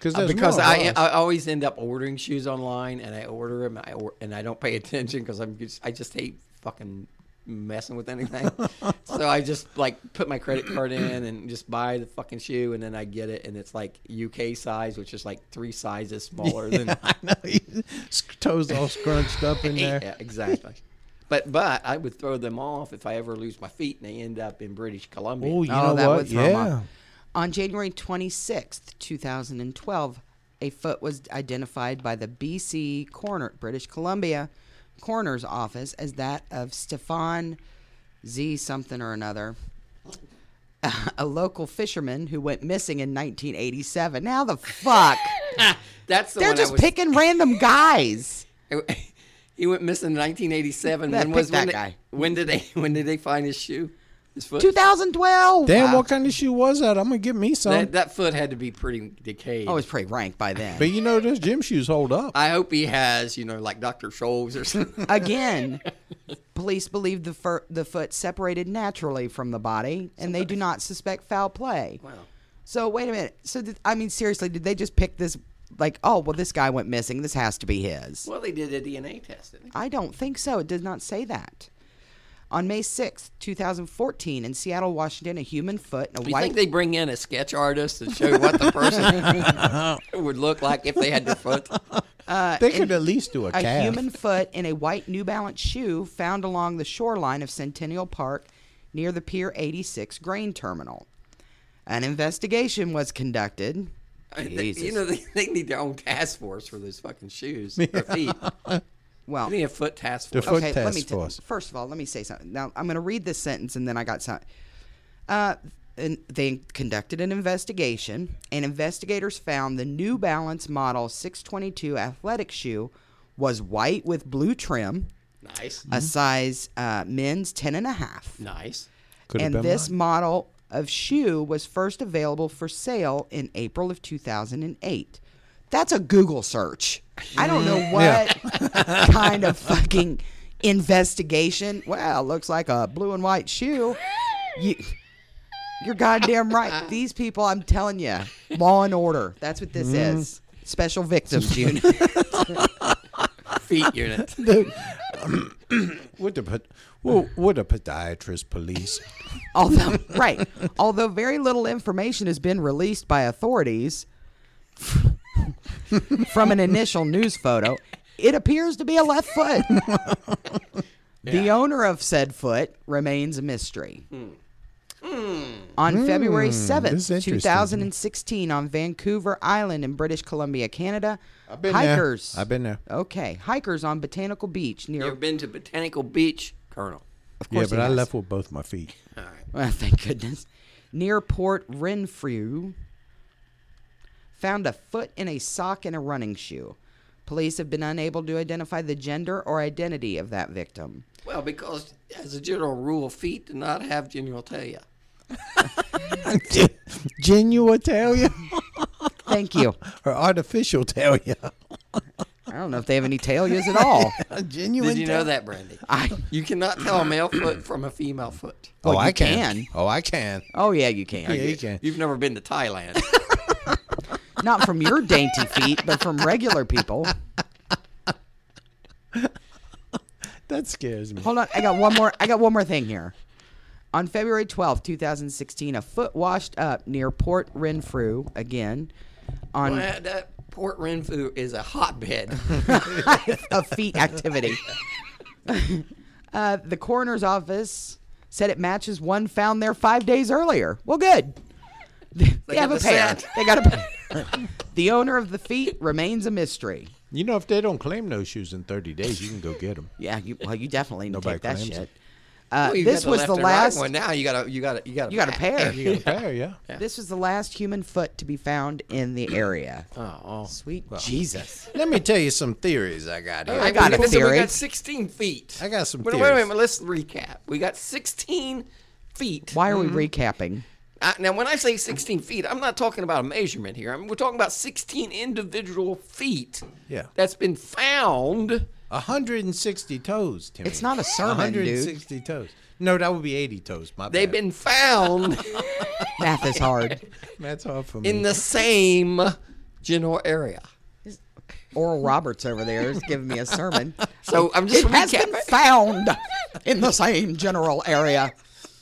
Uh,
there's
because
more of
I,
us.
I always end up ordering shoes online, and I order them, I or, and I don't pay attention because I'm just, I just hate fucking messing with anything. so I just like put my credit card in and just buy the fucking shoe, and then I get it, and it's like UK size, which is like three sizes smaller than
toes all scrunched up in there.
yeah, exactly. But but I would throw them off if I ever lose my feet and they end up in British Columbia.
Oh, you
Oh,
know
that
what?
would throw 'em
yeah.
off. On January 26th, 2012, a foot was identified by the BC coroner, British Columbia coroner's office as that of Stefan Z something or another, a local fisherman who went missing in 1987. Now the fuck?
That's the
They're
one I
just
was-
picking random guys.
He went missing in 1987.
Yeah,
When was
pick
when
that
they-
guy.
When did they when did they find his shoe? His foot.
2012.
Damn,
Wow.
what kind of shoe was that? I'm gonna get me some.
That, that foot had to be pretty decayed.
I was pretty rank by then.
but you know, those gym shoes hold up.
I hope he has, you know, like Dr. Scholes or something.
Again, police believe the, fur- the foot separated naturally from the body, and they do not suspect foul play. Wow. So wait a minute. So did, I mean, seriously, did they just pick this? Like, oh well, this guy went missing. This has to be his.
well, they did a DNA test. Didn't
I don't think so. It does not say that. On May sixth, two 2014, in Seattle, Washington, a human foot and a
they? You
white
think they bring in a sketch artist to show what the person would look like if they had their foot?
they could at least do a,
a
calf.
human foot in a white New Balance shoe found along the shoreline of Centennial Park near the Pier 86 grain terminal. An investigation was conducted. Jesus.
You know, they, they need their own task force for those fucking shoes or feet.
well,
They need a foot task
The
force.
foot
okay, let
task
me
force.
first of all, let me say something. Now, I'm going to read this sentence and then I got some. Uh, and they conducted an investigation, and investigators found the New Balance model 622 athletic shoe was white with blue trim,
Nice.
Mm-hmm.
a size uh, men's 10 and a half.
Nice.
Could have
and
been
this
mine.
model of shoe was first available for sale in April of 2008. That's a Google search. I don't know what kind of fucking investigation. Well, looks like a blue and white shoe. You, you're goddamn right. These people, I'm telling you, law and order. That's what this is. Special victims unit.
Feet unit.
Would the pod- well, would a podiatrist police?
Although, right. Although very little information has been released by authorities from an initial news photo, it appears to be a left foot. The owner of said foot remains a mystery. on February
Hmm, this is
7th,
interesting.
2016, on Vancouver Island in British Columbia, Canada.
I've been there.
hikers.
I've been there.
Okay, hikers on Botanical Beach near.
You ever been to Botanical Beach, Colonel?
of
Yeah,
course
but
he
I
has.
left with both my feet.
Well, Oh, thank goodness. Near Port Renfrew, found a foot in a sock and a running shoe. Police have been unable to identify the gender or identity of that victim.
Well, because as a general rule, feet do not have genitalia.
Genuine Italia
Thank you.
or artificial Italia?
I don't know if they have any talias at all.
Genuine.
Did you know that, Brandy?
I,
You cannot tell a male foot from a female foot.
Oh,
Well,
I
you
can.
can.
Oh, I can.
oh yeah, you can.
Yeah, you can.
You've never been to Thailand.
Not from your dainty feet, but from regular people.
That scares me.
Hold on, I got one more. I got one more thing here. On February twelfth, two 2016, a foot washed up near Port Renfrew again on
Well, that Port Renfrew is a hotbed.
of feet activity. uh, the coroner's office said it matches one found there five days earlier. Well, good. They, have
got
a
the
pair.
set.
They got a pair. the owner of the feet remains a mystery.
You know, if they don't claim those shoes in 30 days, you can go get them.
Yeah, you, well, you definitely need to
Nobody
take that
claims
shit.
it.
Uh,
Well, you've
this
got
was
left
the
and right
last.
one. Now you got a you got a you got a
You got a pair.
You got a pair, yeah.
This was the last human foot to be found in the area.
Oh, oh.
Sweet Jesus.
Let me tell you some theories I got here.
I got a
we, so we
theory.
got 16 feet.
I got some
Wait, wait a
theories.
minute. Let's recap. We got 16 feet.
Why are we recapping?
I, now, when I say 16 feet, I'm not talking about a measurement here. I mean, we're talking about 16 individual feet.
Yeah.
That's been found.
160 toes, Timmy.
It's not a sermon, dude.
160 toes. No, that would be 80 toes. My
They've
bad.
been found
Math is hard.
That's hard for me.
in the same general area.
Oral Roberts over there is giving me a sermon.
So I'm just
it has been
recapping.
found in the same general area.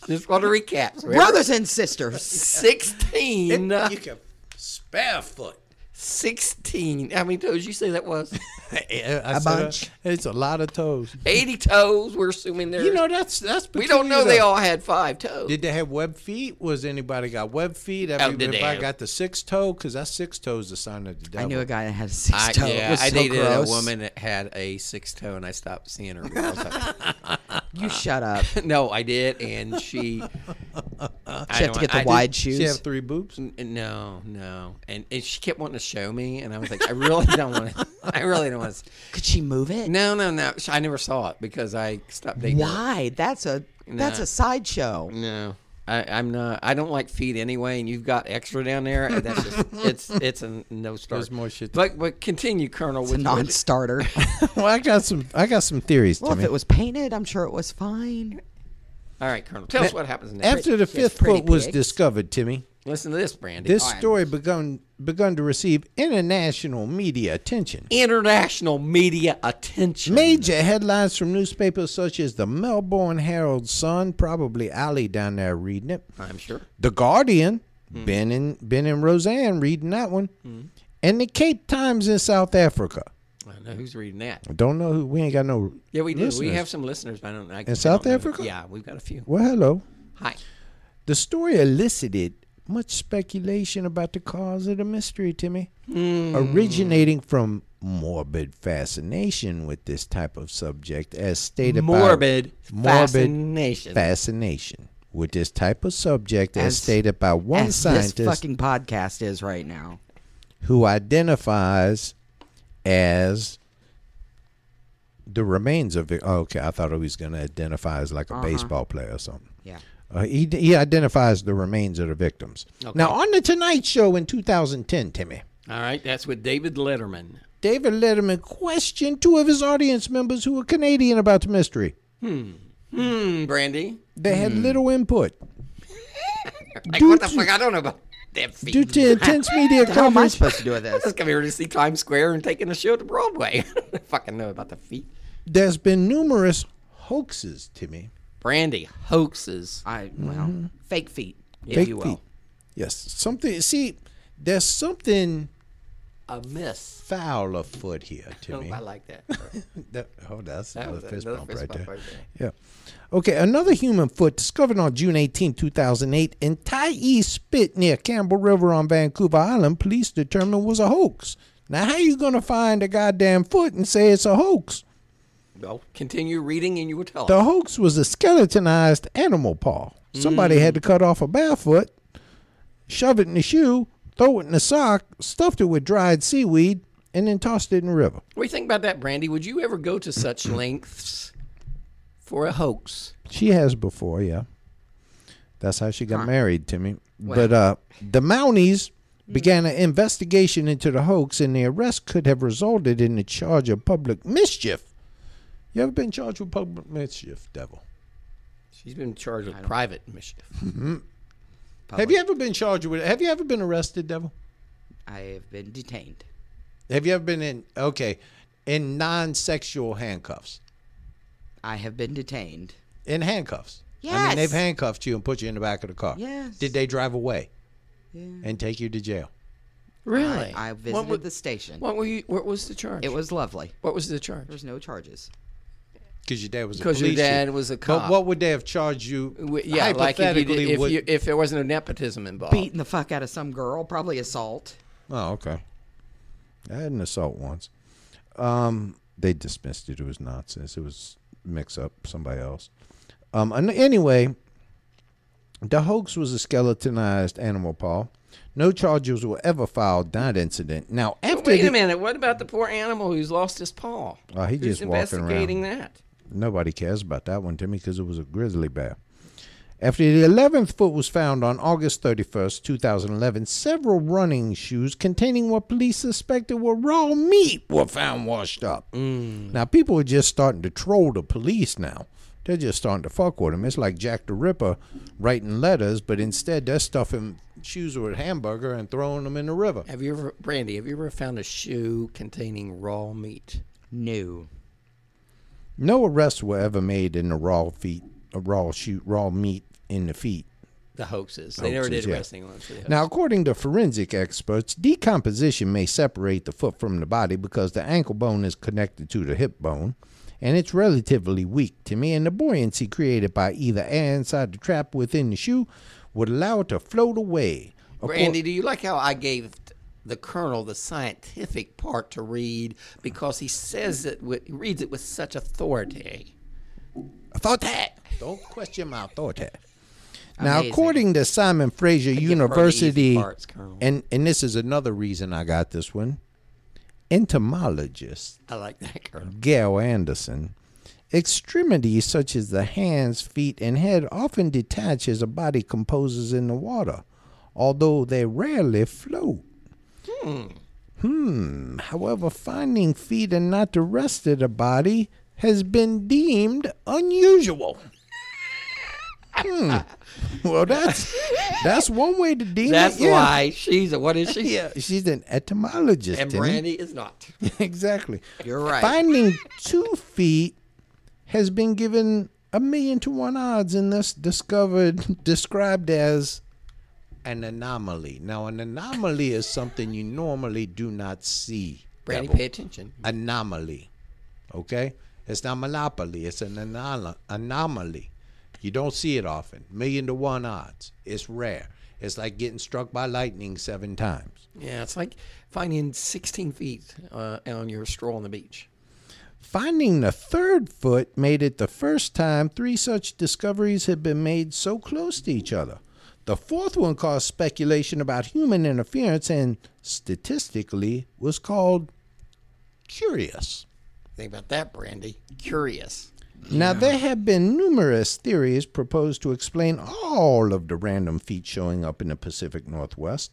Just want to recap. uh, So we have
Brothers and sisters.
16.
you can spare foot.
16. How many toes you say that was?
A
bunch.
uh, it's a lot of toes.
80 toes. We're assuming there's.
You know, that's that's.
we don't know
peculiar,
they
though.
all had five toes.
Did they have web feet? Was anybody got web feet? I
Oh,
mean,
did
if
they
I
have-
got the six toe, because that six toe is the sign of the
I
devil.
knew a guy that had a six
I,
toe. it
yeah,
was
I
so
dated
gross.
a woman that had a six toe, and I stopped seeing her. I was like,
You shut up.
No, I did, and she. I
She had to
don't-
get the
I did-
wide
She
shoes.
have three boobs.
No, no, and, and she kept wanting to show me, and I was like, I really don't want to. I really don't want to.
Could she move it?
No, no, no. Sh- I never saw it because I stopped dating. her.
Why? That's a that's
Nah. Mm,
a sideshow.
No, I, I'm not. I don't like feet anyway, and you've got extra down there. And that's just, it's it's a no start.
There's more shit to-
But but continue, Colonel.
It's a
with
non-starter.
Well, I got some. I got some theories,
well, if
Timmy.
it was painted, I'm sure it was fine.
All right, Colonel. Tell us what happens next.
After the fifth
pretty
foot was
pigs.
discovered, Timmy,
Listen to this, Brandy.
this
All right.
story begun begun to receive international media attention.
international media attention.
Major headlines from newspapers such as the Melbourne Herald Sun, probably Ali down there reading it.
I'm sure.
The Guardian,
Hmm.
Ben and Ben and Roseanne reading that one, and the Cape Times in South Africa.
I don't know who's reading that.
I don't know. who We ain't got no.
Yeah, we do. We
listeners.
have some listeners, but I don't. I, in
South Africa?
Yeah, we've got a few.
Well, hello.
Hi.
The story elicited much speculation about the cause of the mystery, Timmy, originating from morbid fascination with this type of subject, as stated
Morbid
by morbid
fascination.
fascination with this type of subject, as,
As-
stated by one
As
scientist
this fucking podcast is right now.
who identifies as the remains of it. Oh, okay, I thought he was going to identify as like a baseball player or something.
Uh-huh. Yeah.
Uh, he, he identifies the remains of the victims. Now, on the Tonight Show in 2010, Timmy,
All right, that's with David Letterman.
David Letterman questioned two of his audience members who were Canadian about the mystery.
Hmm, Brandy.
They had
Hmm.
little input.
Like,
Due
what the
to-
fuck? I don't know about that feet.
Due to intense media
How am I
coverage,
supposed to do with
I
this?
just come here to see Times Square and taking a show to Broadway. I fucking know about the feet.
there's been numerous hoaxes, Timmy.
Brandy, hoaxes.
I well,
Mm-hmm.
fake feet, if
Fake
you will.
feet. Yes, something. See, there's something
a miss.
foul afoot here,
Oh,
Timmy.
I like that.
That, oh, that's
That
another
was
fist
another
bump
fist
right
bump
there.
right
Yeah. Okay, another human foot discovered on June 18, 2008, in Tai Spit near Campbell River on Vancouver Island, police determined was a hoax. Now, how you going to find a goddamn foot and say it's a hoax?
well, continue reading and you will tell
The
us.
hoax was a skeletonized animal paw. Somebody had to
Mm.
cut off a barefoot, shove it in a shoe, throw it in a sock, stuffed it with dried seaweed, and then tossed it in the river.
What do you think about that, Brandy? Would you ever go to such lengths for a hoax?
She has before, yeah. That's how she got married to me. But uh, the Mounties
Hmm.
began an investigation into the hoax, and the arrest could have resulted in the charge of public mischief. You ever been charged with public mischief, devil?
She's been charged with private mischief.
Have you ever been charged with? Have you ever been arrested, devil?
I have been detained.
Have you ever been in? Okay, in non-sexual handcuffs,
I have been detained.
in handcuffs. I mean,
Yes.
they've handcuffed you and put you in the back of the car.
Yes.
Did they drive away
Yeah.
and take you to jail?
Really?
I
what,
visited
wa-
the station.
what were you? What was the charge?
It was lovely.
What was the charge?
There's no charges.
Because your dad was a
'Cause your
police chief.
dad was a
But
cop.
what would they have charged you?
W- yeah, like if, you
hypothetically,
did, if,
would-
you, if there wasn't a nepotism involved.
Beating the fuck out of some girl, probably assault.
oh, okay. I had an assault once. Um, they dismissed it. It was nonsense. It was mix up somebody else. Um, and anyway, the hoax was a skeletonized animal paw. No charges were ever filed that incident. Now,
But
after
Wait
the-
a minute. What about the poor animal who's lost his paw?
Oh, he
Who's
just walking around.
investigating that?
Nobody cares about that one, Timmy, because it was a grizzly bear. After the 11th foot was found on August 31st, 2011, several running shoes containing what police suspected were raw meat were found washed up. Now, people are just starting to troll the police now. They're just starting to fuck with them. It's like Jack the Ripper writing letters, but instead they're stuffing shoes with hamburger and throwing them in the river.
Have you ever, Brandy? Have you ever found a shoe containing raw meat?
No.
No arrests were ever made in the raw feet, uh, raw shoot, raw meat in the feet.
The hoaxes. They never
Hoaxes,
did
yeah.
arrest anyone for the hoax.
Now, according to forensic experts, decomposition may separate the foot from the body because the ankle bone is connected to the hip bone, and it's relatively weak to me. And the buoyancy created by either air inside the trap within the shoe would allow it to float away. Of
Brandy, do you like how I gave the colonel the scientific part to read because he says it with, he reads it with such authority?
Authority. Don't question my authority. Now,
Amazing.
according to Simon Fraser University,
parts, Colonel.
and and this is another reason I got this one, entomologist
I like that, Colonel.
Gail Anderson, extremities such as the hands, feet, and head often detach as a body composes in the water, although they rarely float. Hmm. However, finding feet and not the rest of the body has been deemed unusual. hmm. Well, that's that's one way to deem
That's
it. yeah.
why she's a what is she?
Yeah, she's an etymologist.
And
Timmy
Brandy is not.
exactly.
You're right.
Finding two feet has been given a million to one odds in this discovered described as an anomaly. Now, an anomaly is something you normally do not see.
Brandy,
Devil.
pay attention.
Anomaly. Okay? It's not monopoly. It's an anala- anomaly. You don't see it often. Million to one odds. It's rare. It's like getting struck by lightning seven times.
Yeah, it's like finding 16 feet uh, on your stroll on the beach.
Finding the third foot made it the first time three such discoveries had been made so close to each other. The fourth one caused speculation about human interference and statistically was called curious.
Think about that, Brandy. Curious.
Now, there have been numerous theories proposed to explain all of the random feet showing up in the Pacific Northwest,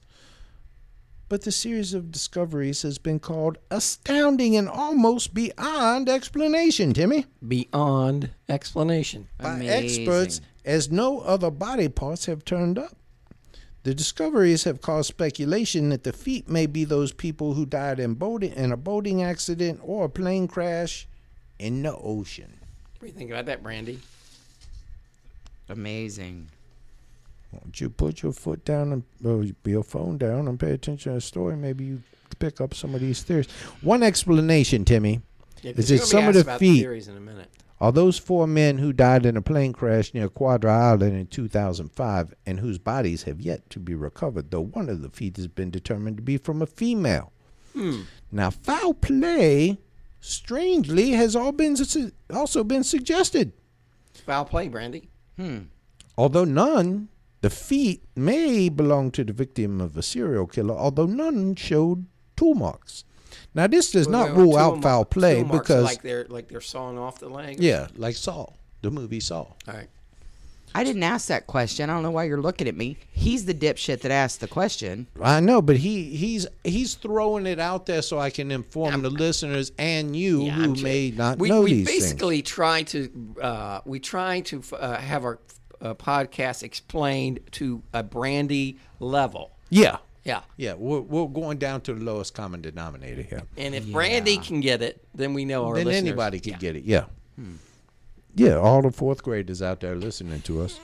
but the series of discoveries has been called astounding and almost beyond explanation, Timmy.
Beyond explanation.
by experts as no other body parts have turned up. The discoveries have caused speculation that the feet may be those people who died in, boating, in a boating accident or a plane crash in the ocean.
What do you think about that, Brandy?
Amazing.
Won't you put your foot down and oh, your phone down and pay attention to the story? Maybe you pick up some of these theories. One explanation, Timmy, is that some of the feet
theories in a minute.
are those four men who died in a plane crash near Quadra Island in 2005 and whose bodies have yet to be recovered, though one of the feet has been determined to be from a female.
Hmm.
Now, foul play, strangely, has all been su- also been suggested.
Foul play, Brandy.
Although none, the feet may belong to the victim of a serial killer, although none showed tool marks. Now, this does
Well,
not
well,
rule
tool
out
mar-
foul play
tool marks are
because,
like they're like they're sawing off the leg.
yeah, like Saw, the movie Saw.
All right.
I didn't ask that question. I don't know why you're looking at me. He's the dipshit that asked the question.
I know, but he he's he's throwing it out there so I can inform the listeners and you
Yeah,
who
I'm
may
kidding.
not
we,
know
we
these things.
basically try to uh, we try to uh, have our uh, podcast explained to a brandy level.
Yeah,
Yeah,
yeah. We're we're going down to the lowest common denominator here.
and if brandy can get it, then we know our
then
listeners. Hmm.
anybody could get it. Yeah. Yeah, all the fourth graders out there listening to us.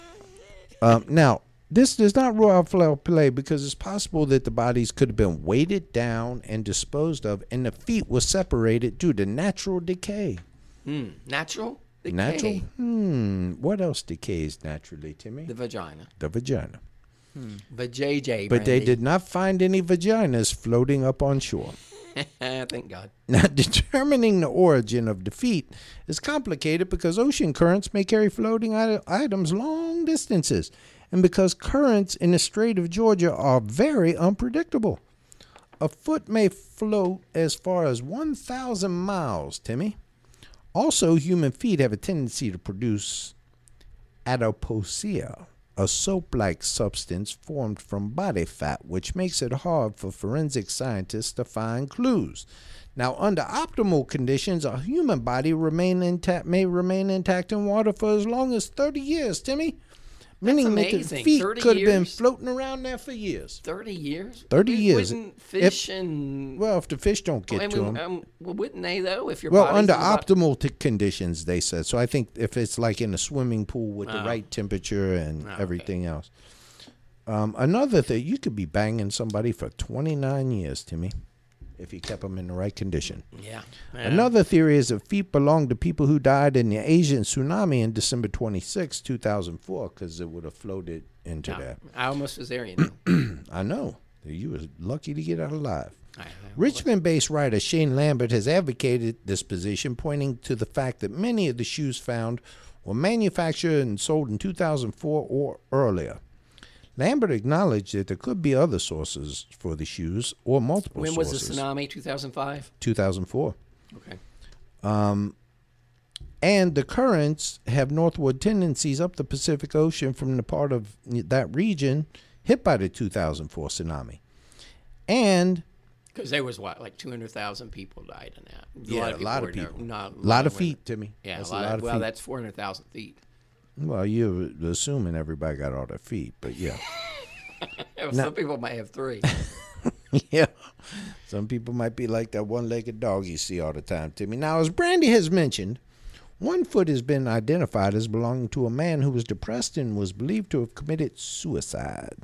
Um, now, this does not rule out foul play because it's possible that the bodies could have been weighted down and disposed of, and the feet were separated due to natural decay.
natural decay,
Natural? Hmm. What else decays naturally, Timmy?
the vagina
the vagina.
vajayjay.
But they
Brandy.
did not find any vaginas floating up on shore.
Eh, thank God.
Now, determining the origin of defeat is complicated because ocean currents may carry floating i- items long distances, and because currents in the Strait of Georgia are very unpredictable. A foot may float as far as 1,000 miles, Timmy. Also, human feet have a tendency to produce adiposia, a soap like substance formed from body fat, which makes it hard for forensic scientists to find clues. Now, under optimal conditions, a human body remain intact may remain intact in water for as long as 30 years, Timmy. Meaning that the
amazing.
feet
30
could have been
years?
floating around there for years.
Thirty years.
30
Wou-
years.
Wouldn't
If-
fish and
Well, if the fish don't get
and
to
we-
them.
um, well, wouldn't they though? If you're
Well, under optimal t- conditions, they said. So I think if it's like in a swimming pool with the right temperature and everything else. Um, another thing, you could be banging somebody for 29 years, Timmy, if you kept them in the right condition.
yeah,
Another theory is that feet belong to people who died in the Asian tsunami in December 26, 2004, because it would have floated into that.
I almost was there. You know.
I know. You was lucky to get out alive.
I know.
Richmond based writer Shane Lambert has advocated this position, pointing to the fact that many of the shoes found were manufactured and sold in 2004 or earlier. Lambert acknowledged that there could be other sources for the shoes or multiple
when was
sources.
the tsunami? Two thousand five.
2004.
Okay.
And the currents have northward tendencies up the Pacific Ocean from the part of that region hit by the 2004 tsunami. And
Because there was what, like two hundred thousand people died in that.
Yeah, a lot of
were-
people.
Not,
a lot of
were-
feet, Timmy.
Yeah,
That's
a lot, of, well,
feet.
that's four hundred thousand feet.
Well, you're assuming everybody got all their feet, but yeah,
Some people might have three.
yeah. Some people might be like that one-legged dog you see all the time, Timmy. Now, as Brandy has mentioned, one foot has been identified as belonging to a man who was depressed and was believed to have committed suicide.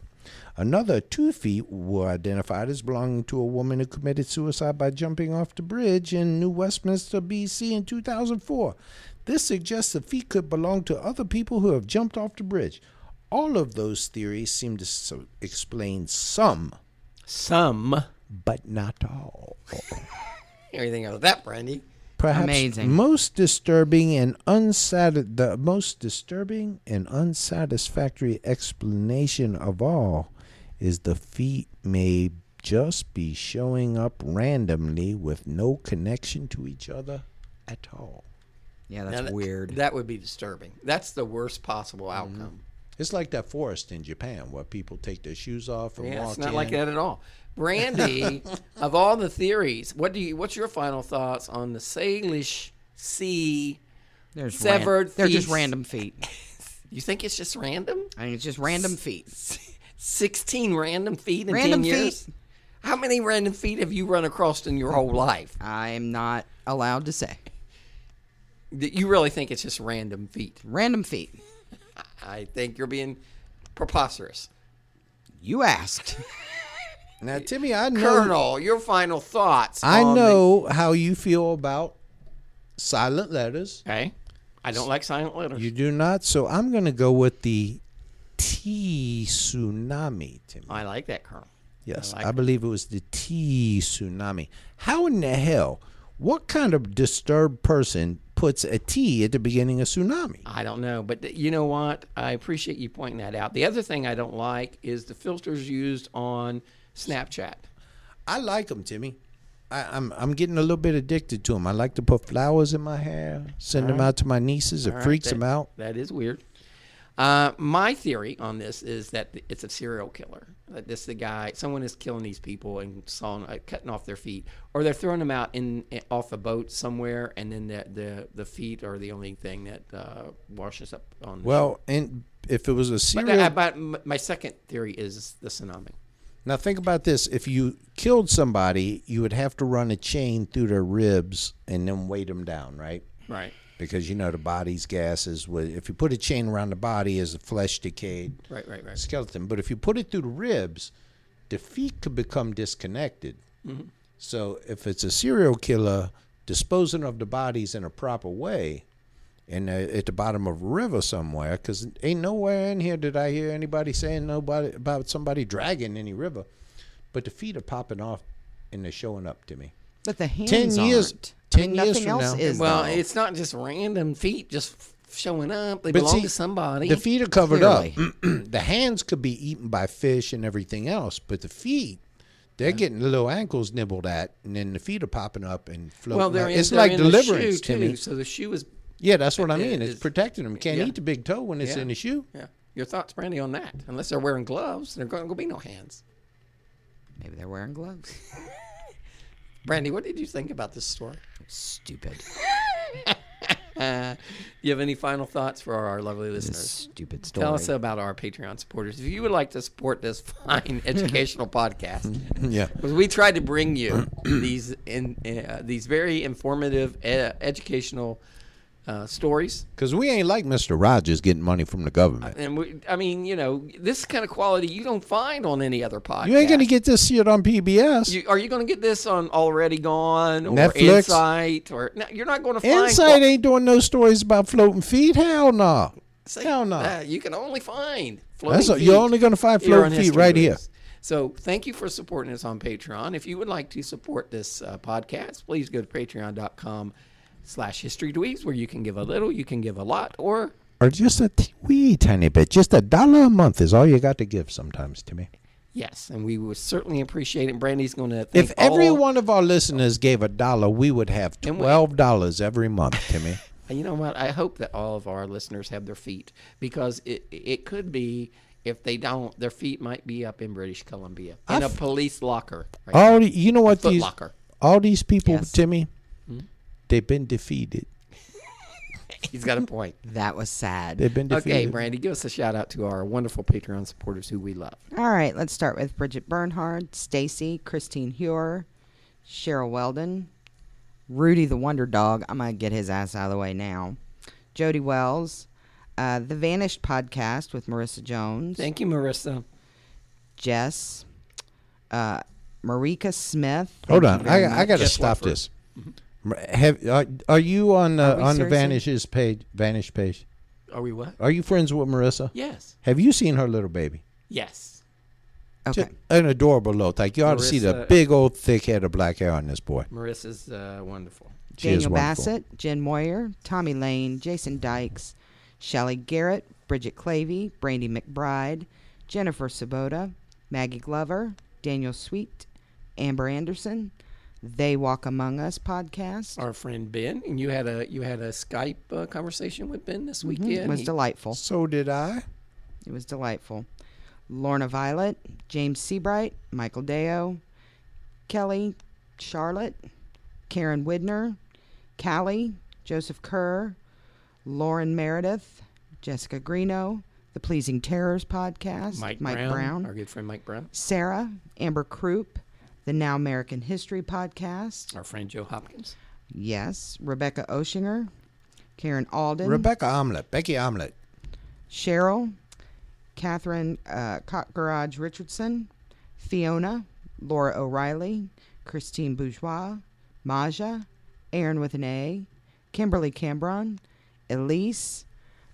Another two feet were identified as belonging to a woman who committed suicide by jumping off the bridge in New Westminster, B.C. in 2004. This suggests the feet could belong to other people who have jumped off the bridge. All of those theories seem to so explain some
Some.
but not all.
Anything else? That Brandy.
Perhaps
Amazing.
most disturbing and unsat- the most disturbing and unsatisfactory explanation of all is the feet may just be showing up randomly with no connection to each other at all.
Yeah,
Now,
that's
that-
weird.
That would be disturbing. That's the worst possible outcome.
It's like that forest in Japan where people take their shoes off and
Yeah,
walk
it's not
Mm-hmm. in.
like that at all. Brandy, of all the theories, what do you? What's your final thoughts on the Salish Sea?
There's
Severed
They're just
feet.
random feet.
You think it's just random?
I mean, it's just random feet.
16 random feet in
Random
10 years?
feet.
How many random feet have you run across in your whole life?
I'm not allowed to say
That you really think it's just random feet?
random feet.
I think you're being preposterous.
You asked.
Now, Timmy, I know
Colonel, your final thoughts.
I
on the-
know how you feel about silent letters.
okay. I don't like silent letters.
You do not, so I'm going to go with the T tsunami, Timmy.
Oh, I like that, Colonel.
Yes, I,
like
believe it was the T tsunami. How in the hell? What kind of disturbed person puts a T at the beginning of tsunami?
I don't know, but th- you know what? I appreciate you pointing that out. The other thing I don't like is the filters used on Snapchat.
I like them, Timmy. I, I'm I'm getting a little bit addicted to them. I like to put flowers in my hair, send them out to my nieces. It freaks them out.
That is weird. Uh, my theory on this is that th- it's a serial killer. That this the guy, someone is killing these people and sawing, uh, cutting off their feet, or they're throwing them out in, in- off a boat somewhere, and then the the, the feet are the only thing that uh, washes up on. The
Well, and if it was a
but,
serial,
uh, but m- my second theory is the tsunami.
now think about this: if you killed somebody, you would have to run a chain through their ribs and then weight them down, right?
Right.
Because you know the body's gases. would- If you put a chain around the body, as the flesh decayed,
Right. Right. Right.
skeleton. But if you put it through the ribs, the feet could become disconnected. So if it's a serial killer, disposing of the bodies in a proper way, and uh, at the bottom of a river somewhere, because ain't nowhere in here did I hear anybody saying nobody about somebody dragging any river, but the feet are popping off and they're showing up to me.
But the hands
Ten years-
aren't. I
ten
mean, nothing
years from
else
now-
is.
Well,
though.
it's not just random feet just f- showing up. They
But
belong
see,
to somebody.
The feet are covered up. the hands could be eaten by fish and everything else, but the feet, they're getting the little ankles nibbled at, and then the feet are popping up and floating.
well, they're
out.
in,
it's
they're
like
in
deliverance,
the shoe
Timmy.
too. So the shoe is.
Yeah, that's what I mean.
it-
It's
it's-
protecting them. Can't
yeah.
eat the big toe when it's
Yeah.
in the shoe.
Yeah. Your thoughts, Brandy, on that? Unless they're wearing gloves, there going to be no hands.
Maybe they're wearing gloves.
Brandy, what did you think about this story?
Stupid.
Uh, you have any final thoughts for our lovely listeners?
Stupid story.
Tell us about our Patreon supporters. If you would like to support this fine educational podcast,
Yeah.
because we tried to bring you these in, uh, these very informative, uh, educational uh, stories
Because we ain't like Mr. Rogers getting money from the government.
And we, I mean, you know, this kind of quality you don't find on any other podcast.
you ain't going to get this shit on PBS.
You, are you going to get this on Already Gone or
Netflix?
Insight or no, you're not going to find
Inside ain't doing no stories about floating feet. Hell no.
See,
Hell no.
uh, you can only find floating
That's a-
feet.
you're only gonna find
here on
floating feet
History
right here.
Booths. So thank you for supporting us on Patreon. If you would like to support this uh, podcast, please go to patreon.com slash history dweebs where you can give a little, you can give a lot, or
Or just a t- wee tiny bit. Just a dollar a month is all you got to give sometimes to me.
yes, and we would certainly appreciate it. Brandy's going to
If every one of our listeners gave a dollar, we would have
And we-
twelve dollars every month, Timmy.
And you know what? I hope that all of our listeners have their feet because it it could be if they don't, their feet might be up in British Columbia in a police locker. Right
All the- you know what
Foot
these
Locker.
all these people,
Yes.
Timmy, they've been defeated.
now. He's got a point.
That was sad.
They've been defeated.
okay, Brandy, give us a shout out to our wonderful Patreon supporters who we love.
All right, let's start with Bridget Bernhard, Stacy, Christine Huer, Cheryl Weldon, Rudy the Wonder Dog. I'm going to get his ass out of the way now. Jody Wells, uh, The Vanished Podcast with Marissa Jones,
Thank you, Marissa.
Jess, uh, Marika Smith.
Hold on, I, I got to
Jeff
stop
Leffler.
this. Have are, are you on uh,
we
on the
seriously?
vanishes page? Vanish page.
Are we what?
Are you friends with Marissa?
Yes.
Have you seen her little baby?
Yes.
Okay.
Just an adorable little thing. You ought to see the
Marissa-
big old thick head of black hair on this boy.
Marissa's uh, wonderful.
She is
Daniel
wonderful.
Bassett, Jen Moyer, Tommy Lane, Jason Dykes, Shelly Garrett, Bridget Clavey, Brandy McBride, Jennifer Sabota, Maggie Glover, Daniel Sweet, Amber Anderson, They Walk Among Us podcast.
Our friend Ben, and you had a you had a Skype uh, conversation Mm-hmm. with Ben this weekend.
It was
He-
delightful.
So did I.
It was delightful. Lorna Violet, James Seabright, Michael Deo, Kelly, Charlotte, Karen Widner, Callie, Joseph Kerr, Lauren Meredith, Jessica Greeno, The Pleasing Terrors Podcast,
Mike, Brown, our good friend Mike Brown,
Sarah, Amber Croup, The Now American History Podcast,
our friend Joe Hopkins.
yes, Rebecca Oshinger, Karen Alden,
Rebecca Omelette, Becky Omelette.
Cheryl, Catherine uh, Cock Garage Richardson, Fiona, Laura O'Reilly, Christine Bourgeois, Maja, Aaron with an A, Kimberly Cambron, Elise,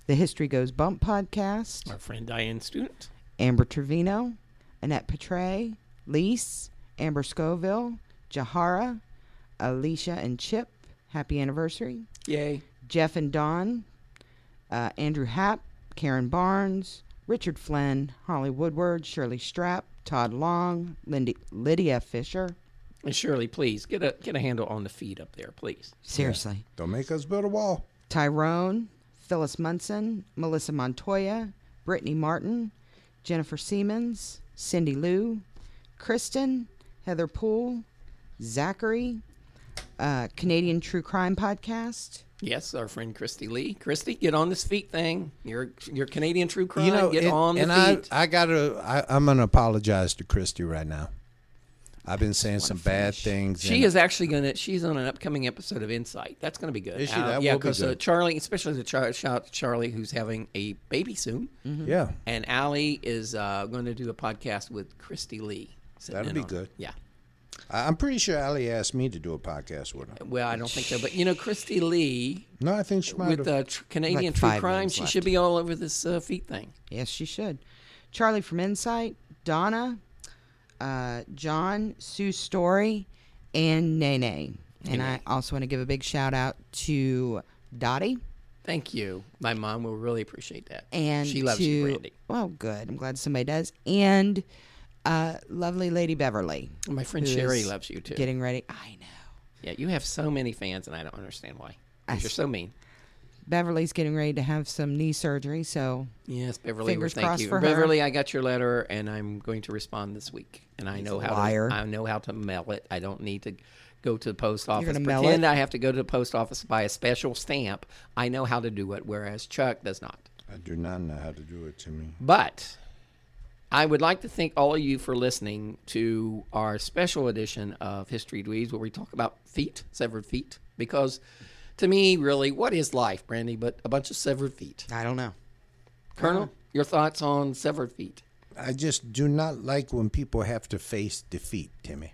The History Goes Bump podcast,
Our friend Diane Student.
Amber Trevino, Annette Petray, Lise, Amber Scoville, Jahara, Alicia and Chip, happy anniversary,
Yay.
Jeff and Don, uh, Andrew Happ, Karen Barnes, Richard Flynn, Holly Woodward, Shirley Strapp, Todd Long, Lindy, Lydia Fisher.
And Shirley, please get a get a handle on the feed up there, please.
Seriously.
Don't make us build a wall.
Tyrone, Phyllis Munson, Melissa Montoya, Brittany Martin, Jennifer Siemens, Cindy Lou, Kristen, Heather Poole, Zachary, uh, Canadian True Crime Podcast.
Yes, our friend Christy Lee. Christy, get on this feet thing. You're you're Canadian true crime.
you know,
get
and,
on the
and
feet.
I, I gotta, I, I'm gonna apologize to Christy right now. I've been saying some bad things.
she
and-
is actually gonna. She's on an upcoming episode of Insight. That's gonna be good.
Is she? That
yeah,
will be
because uh,
good.
Charlie, especially the char- shout out to Charlie, who's having a baby soon,
Yeah.
and Allie is uh, going to do a podcast with Christy Lee. sitting
That'll
in
be
on it.
good.
Yeah.
I- I'm pretty sure Ali asked me to do a podcast with her.
Well, I don't think so, but you know, Christy Lee
No, I think she might
with
have.
uh, tr- Canadian
Like
true
five
crime,
minutes
she
left.
should be all over this uh, feet thing.
Yes, she should. Charlie from Insight, Donna, uh, John, Sue Story, and Nene. And I also want to give a big shout out to Dottie
Thank you. My mom will really appreciate that.
and
she loves
to,
you, Brandy.
Well, good. I'm glad somebody does. And uh, lovely Lady Beverly.
My friend
who
Sherry
is
loves you too.
Getting ready. I know.
yeah, you have so many fans, and I don't understand why. 'Cause you're so mean.
Beverly's getting ready to have some knee surgery, so
Yes, Beverly. we
Fingers
thank
crossed
you,
for her.
Beverly. I got your letter, and I'm going to respond this week. And I know how
liar.
To, I know how to mail it. I don't need to go to the post office.
gonna mail
Pretend
it?
I have to go to the post office buy a special stamp. I know how to do it, whereas Chuck does not.
I do not know how to do it to me.
But I would like to thank all of you for listening to our special edition of History Dweebs, where we talk about feet, severed feet. Because to me, really, what is life, Brandy, but a bunch of severed feet?
I don't know.
Colonel,
Uh-huh.
your thoughts on severed feet?
I just do not like when people have to face defeat, Timmy.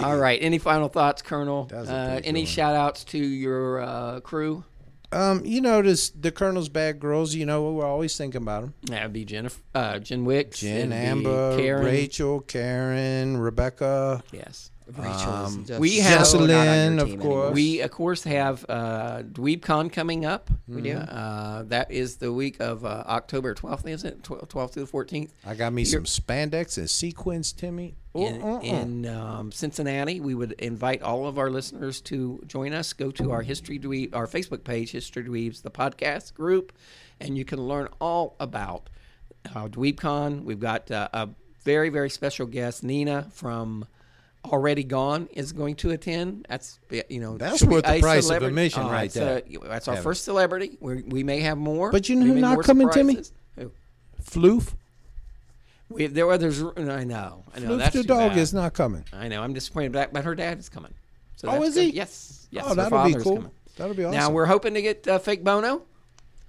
All right. Any final thoughts, Colonel?
was a
Uh,
pretty
any
good one.
shout outs to your uh, crew?
Um, you notice the Colonel's bad girls. You know, we're always thinking about them.
That would be Jennifer, uh, Jen Wicks,
Jen,
it'd be
Amber,
Karen.
Rachel, Karen, Rebecca,
Yes.
Rachel's just
we
so
have-
not on your
Um, Jocelyn, of
team
course.
anymore.
We, of course, have uh, DweebCon coming up. We do. Uh, that is the week of uh, October 12th, isn't it? Twel- 12th to the 14th.
I got me some spandex and sequins, Timmy. Oh,
In,
uh, uh.
in um, Cincinnati, we would invite all of our listeners to join us. Go to our History Dweeb, our Facebook page, History Dweebs, the podcast group, and you can learn all about uh, DweebCon. We've got uh, a very, very special guest, Nina from Already Gone, is going to attend. That's you know
That's
should be
worth the
a
price of
celebra-
admission right
Oh, it's
there.
a- that's our first celebrity. We're, we may have more,
But you know
We
who
may
not
more
coming, Timmy?
surprises. Who?
Floof.
We, there were others. I know. I know.
Floof
that's
the
too
dog
bad.
is not coming.
I know. I'm disappointed, but, but her dad is coming. So
Oh,
that's
is
good.
he?
Yes. Yes.
Oh,
her
that'll be
father's
cool.
coming.
That'll be
Now
awesome.
we're hoping to get uh, fake Bono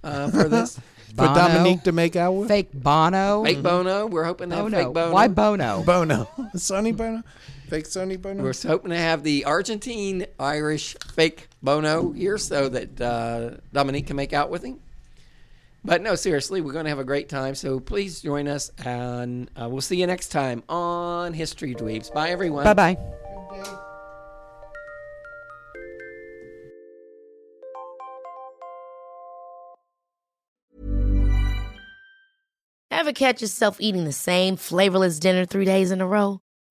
uh, for this.
For
Bono.
Dominique to make out with?
Fake Bono.
Mm-hmm.
fake Bono. We're hoping to have
Bono.
fake Bono.
Why Bono?
Bono. Sonny Bono. Fake Sonny Bono.
We're hoping to have the Argentine Irish fake Bono here so that uh, Dominique can make out with him. But no, seriously, we're going to have a great time. So please join us, and uh, we'll see you next time on History Dweebs. Bye, everyone.
Bye bye.
Ever catch yourself eating the same flavorless dinner three days in a row?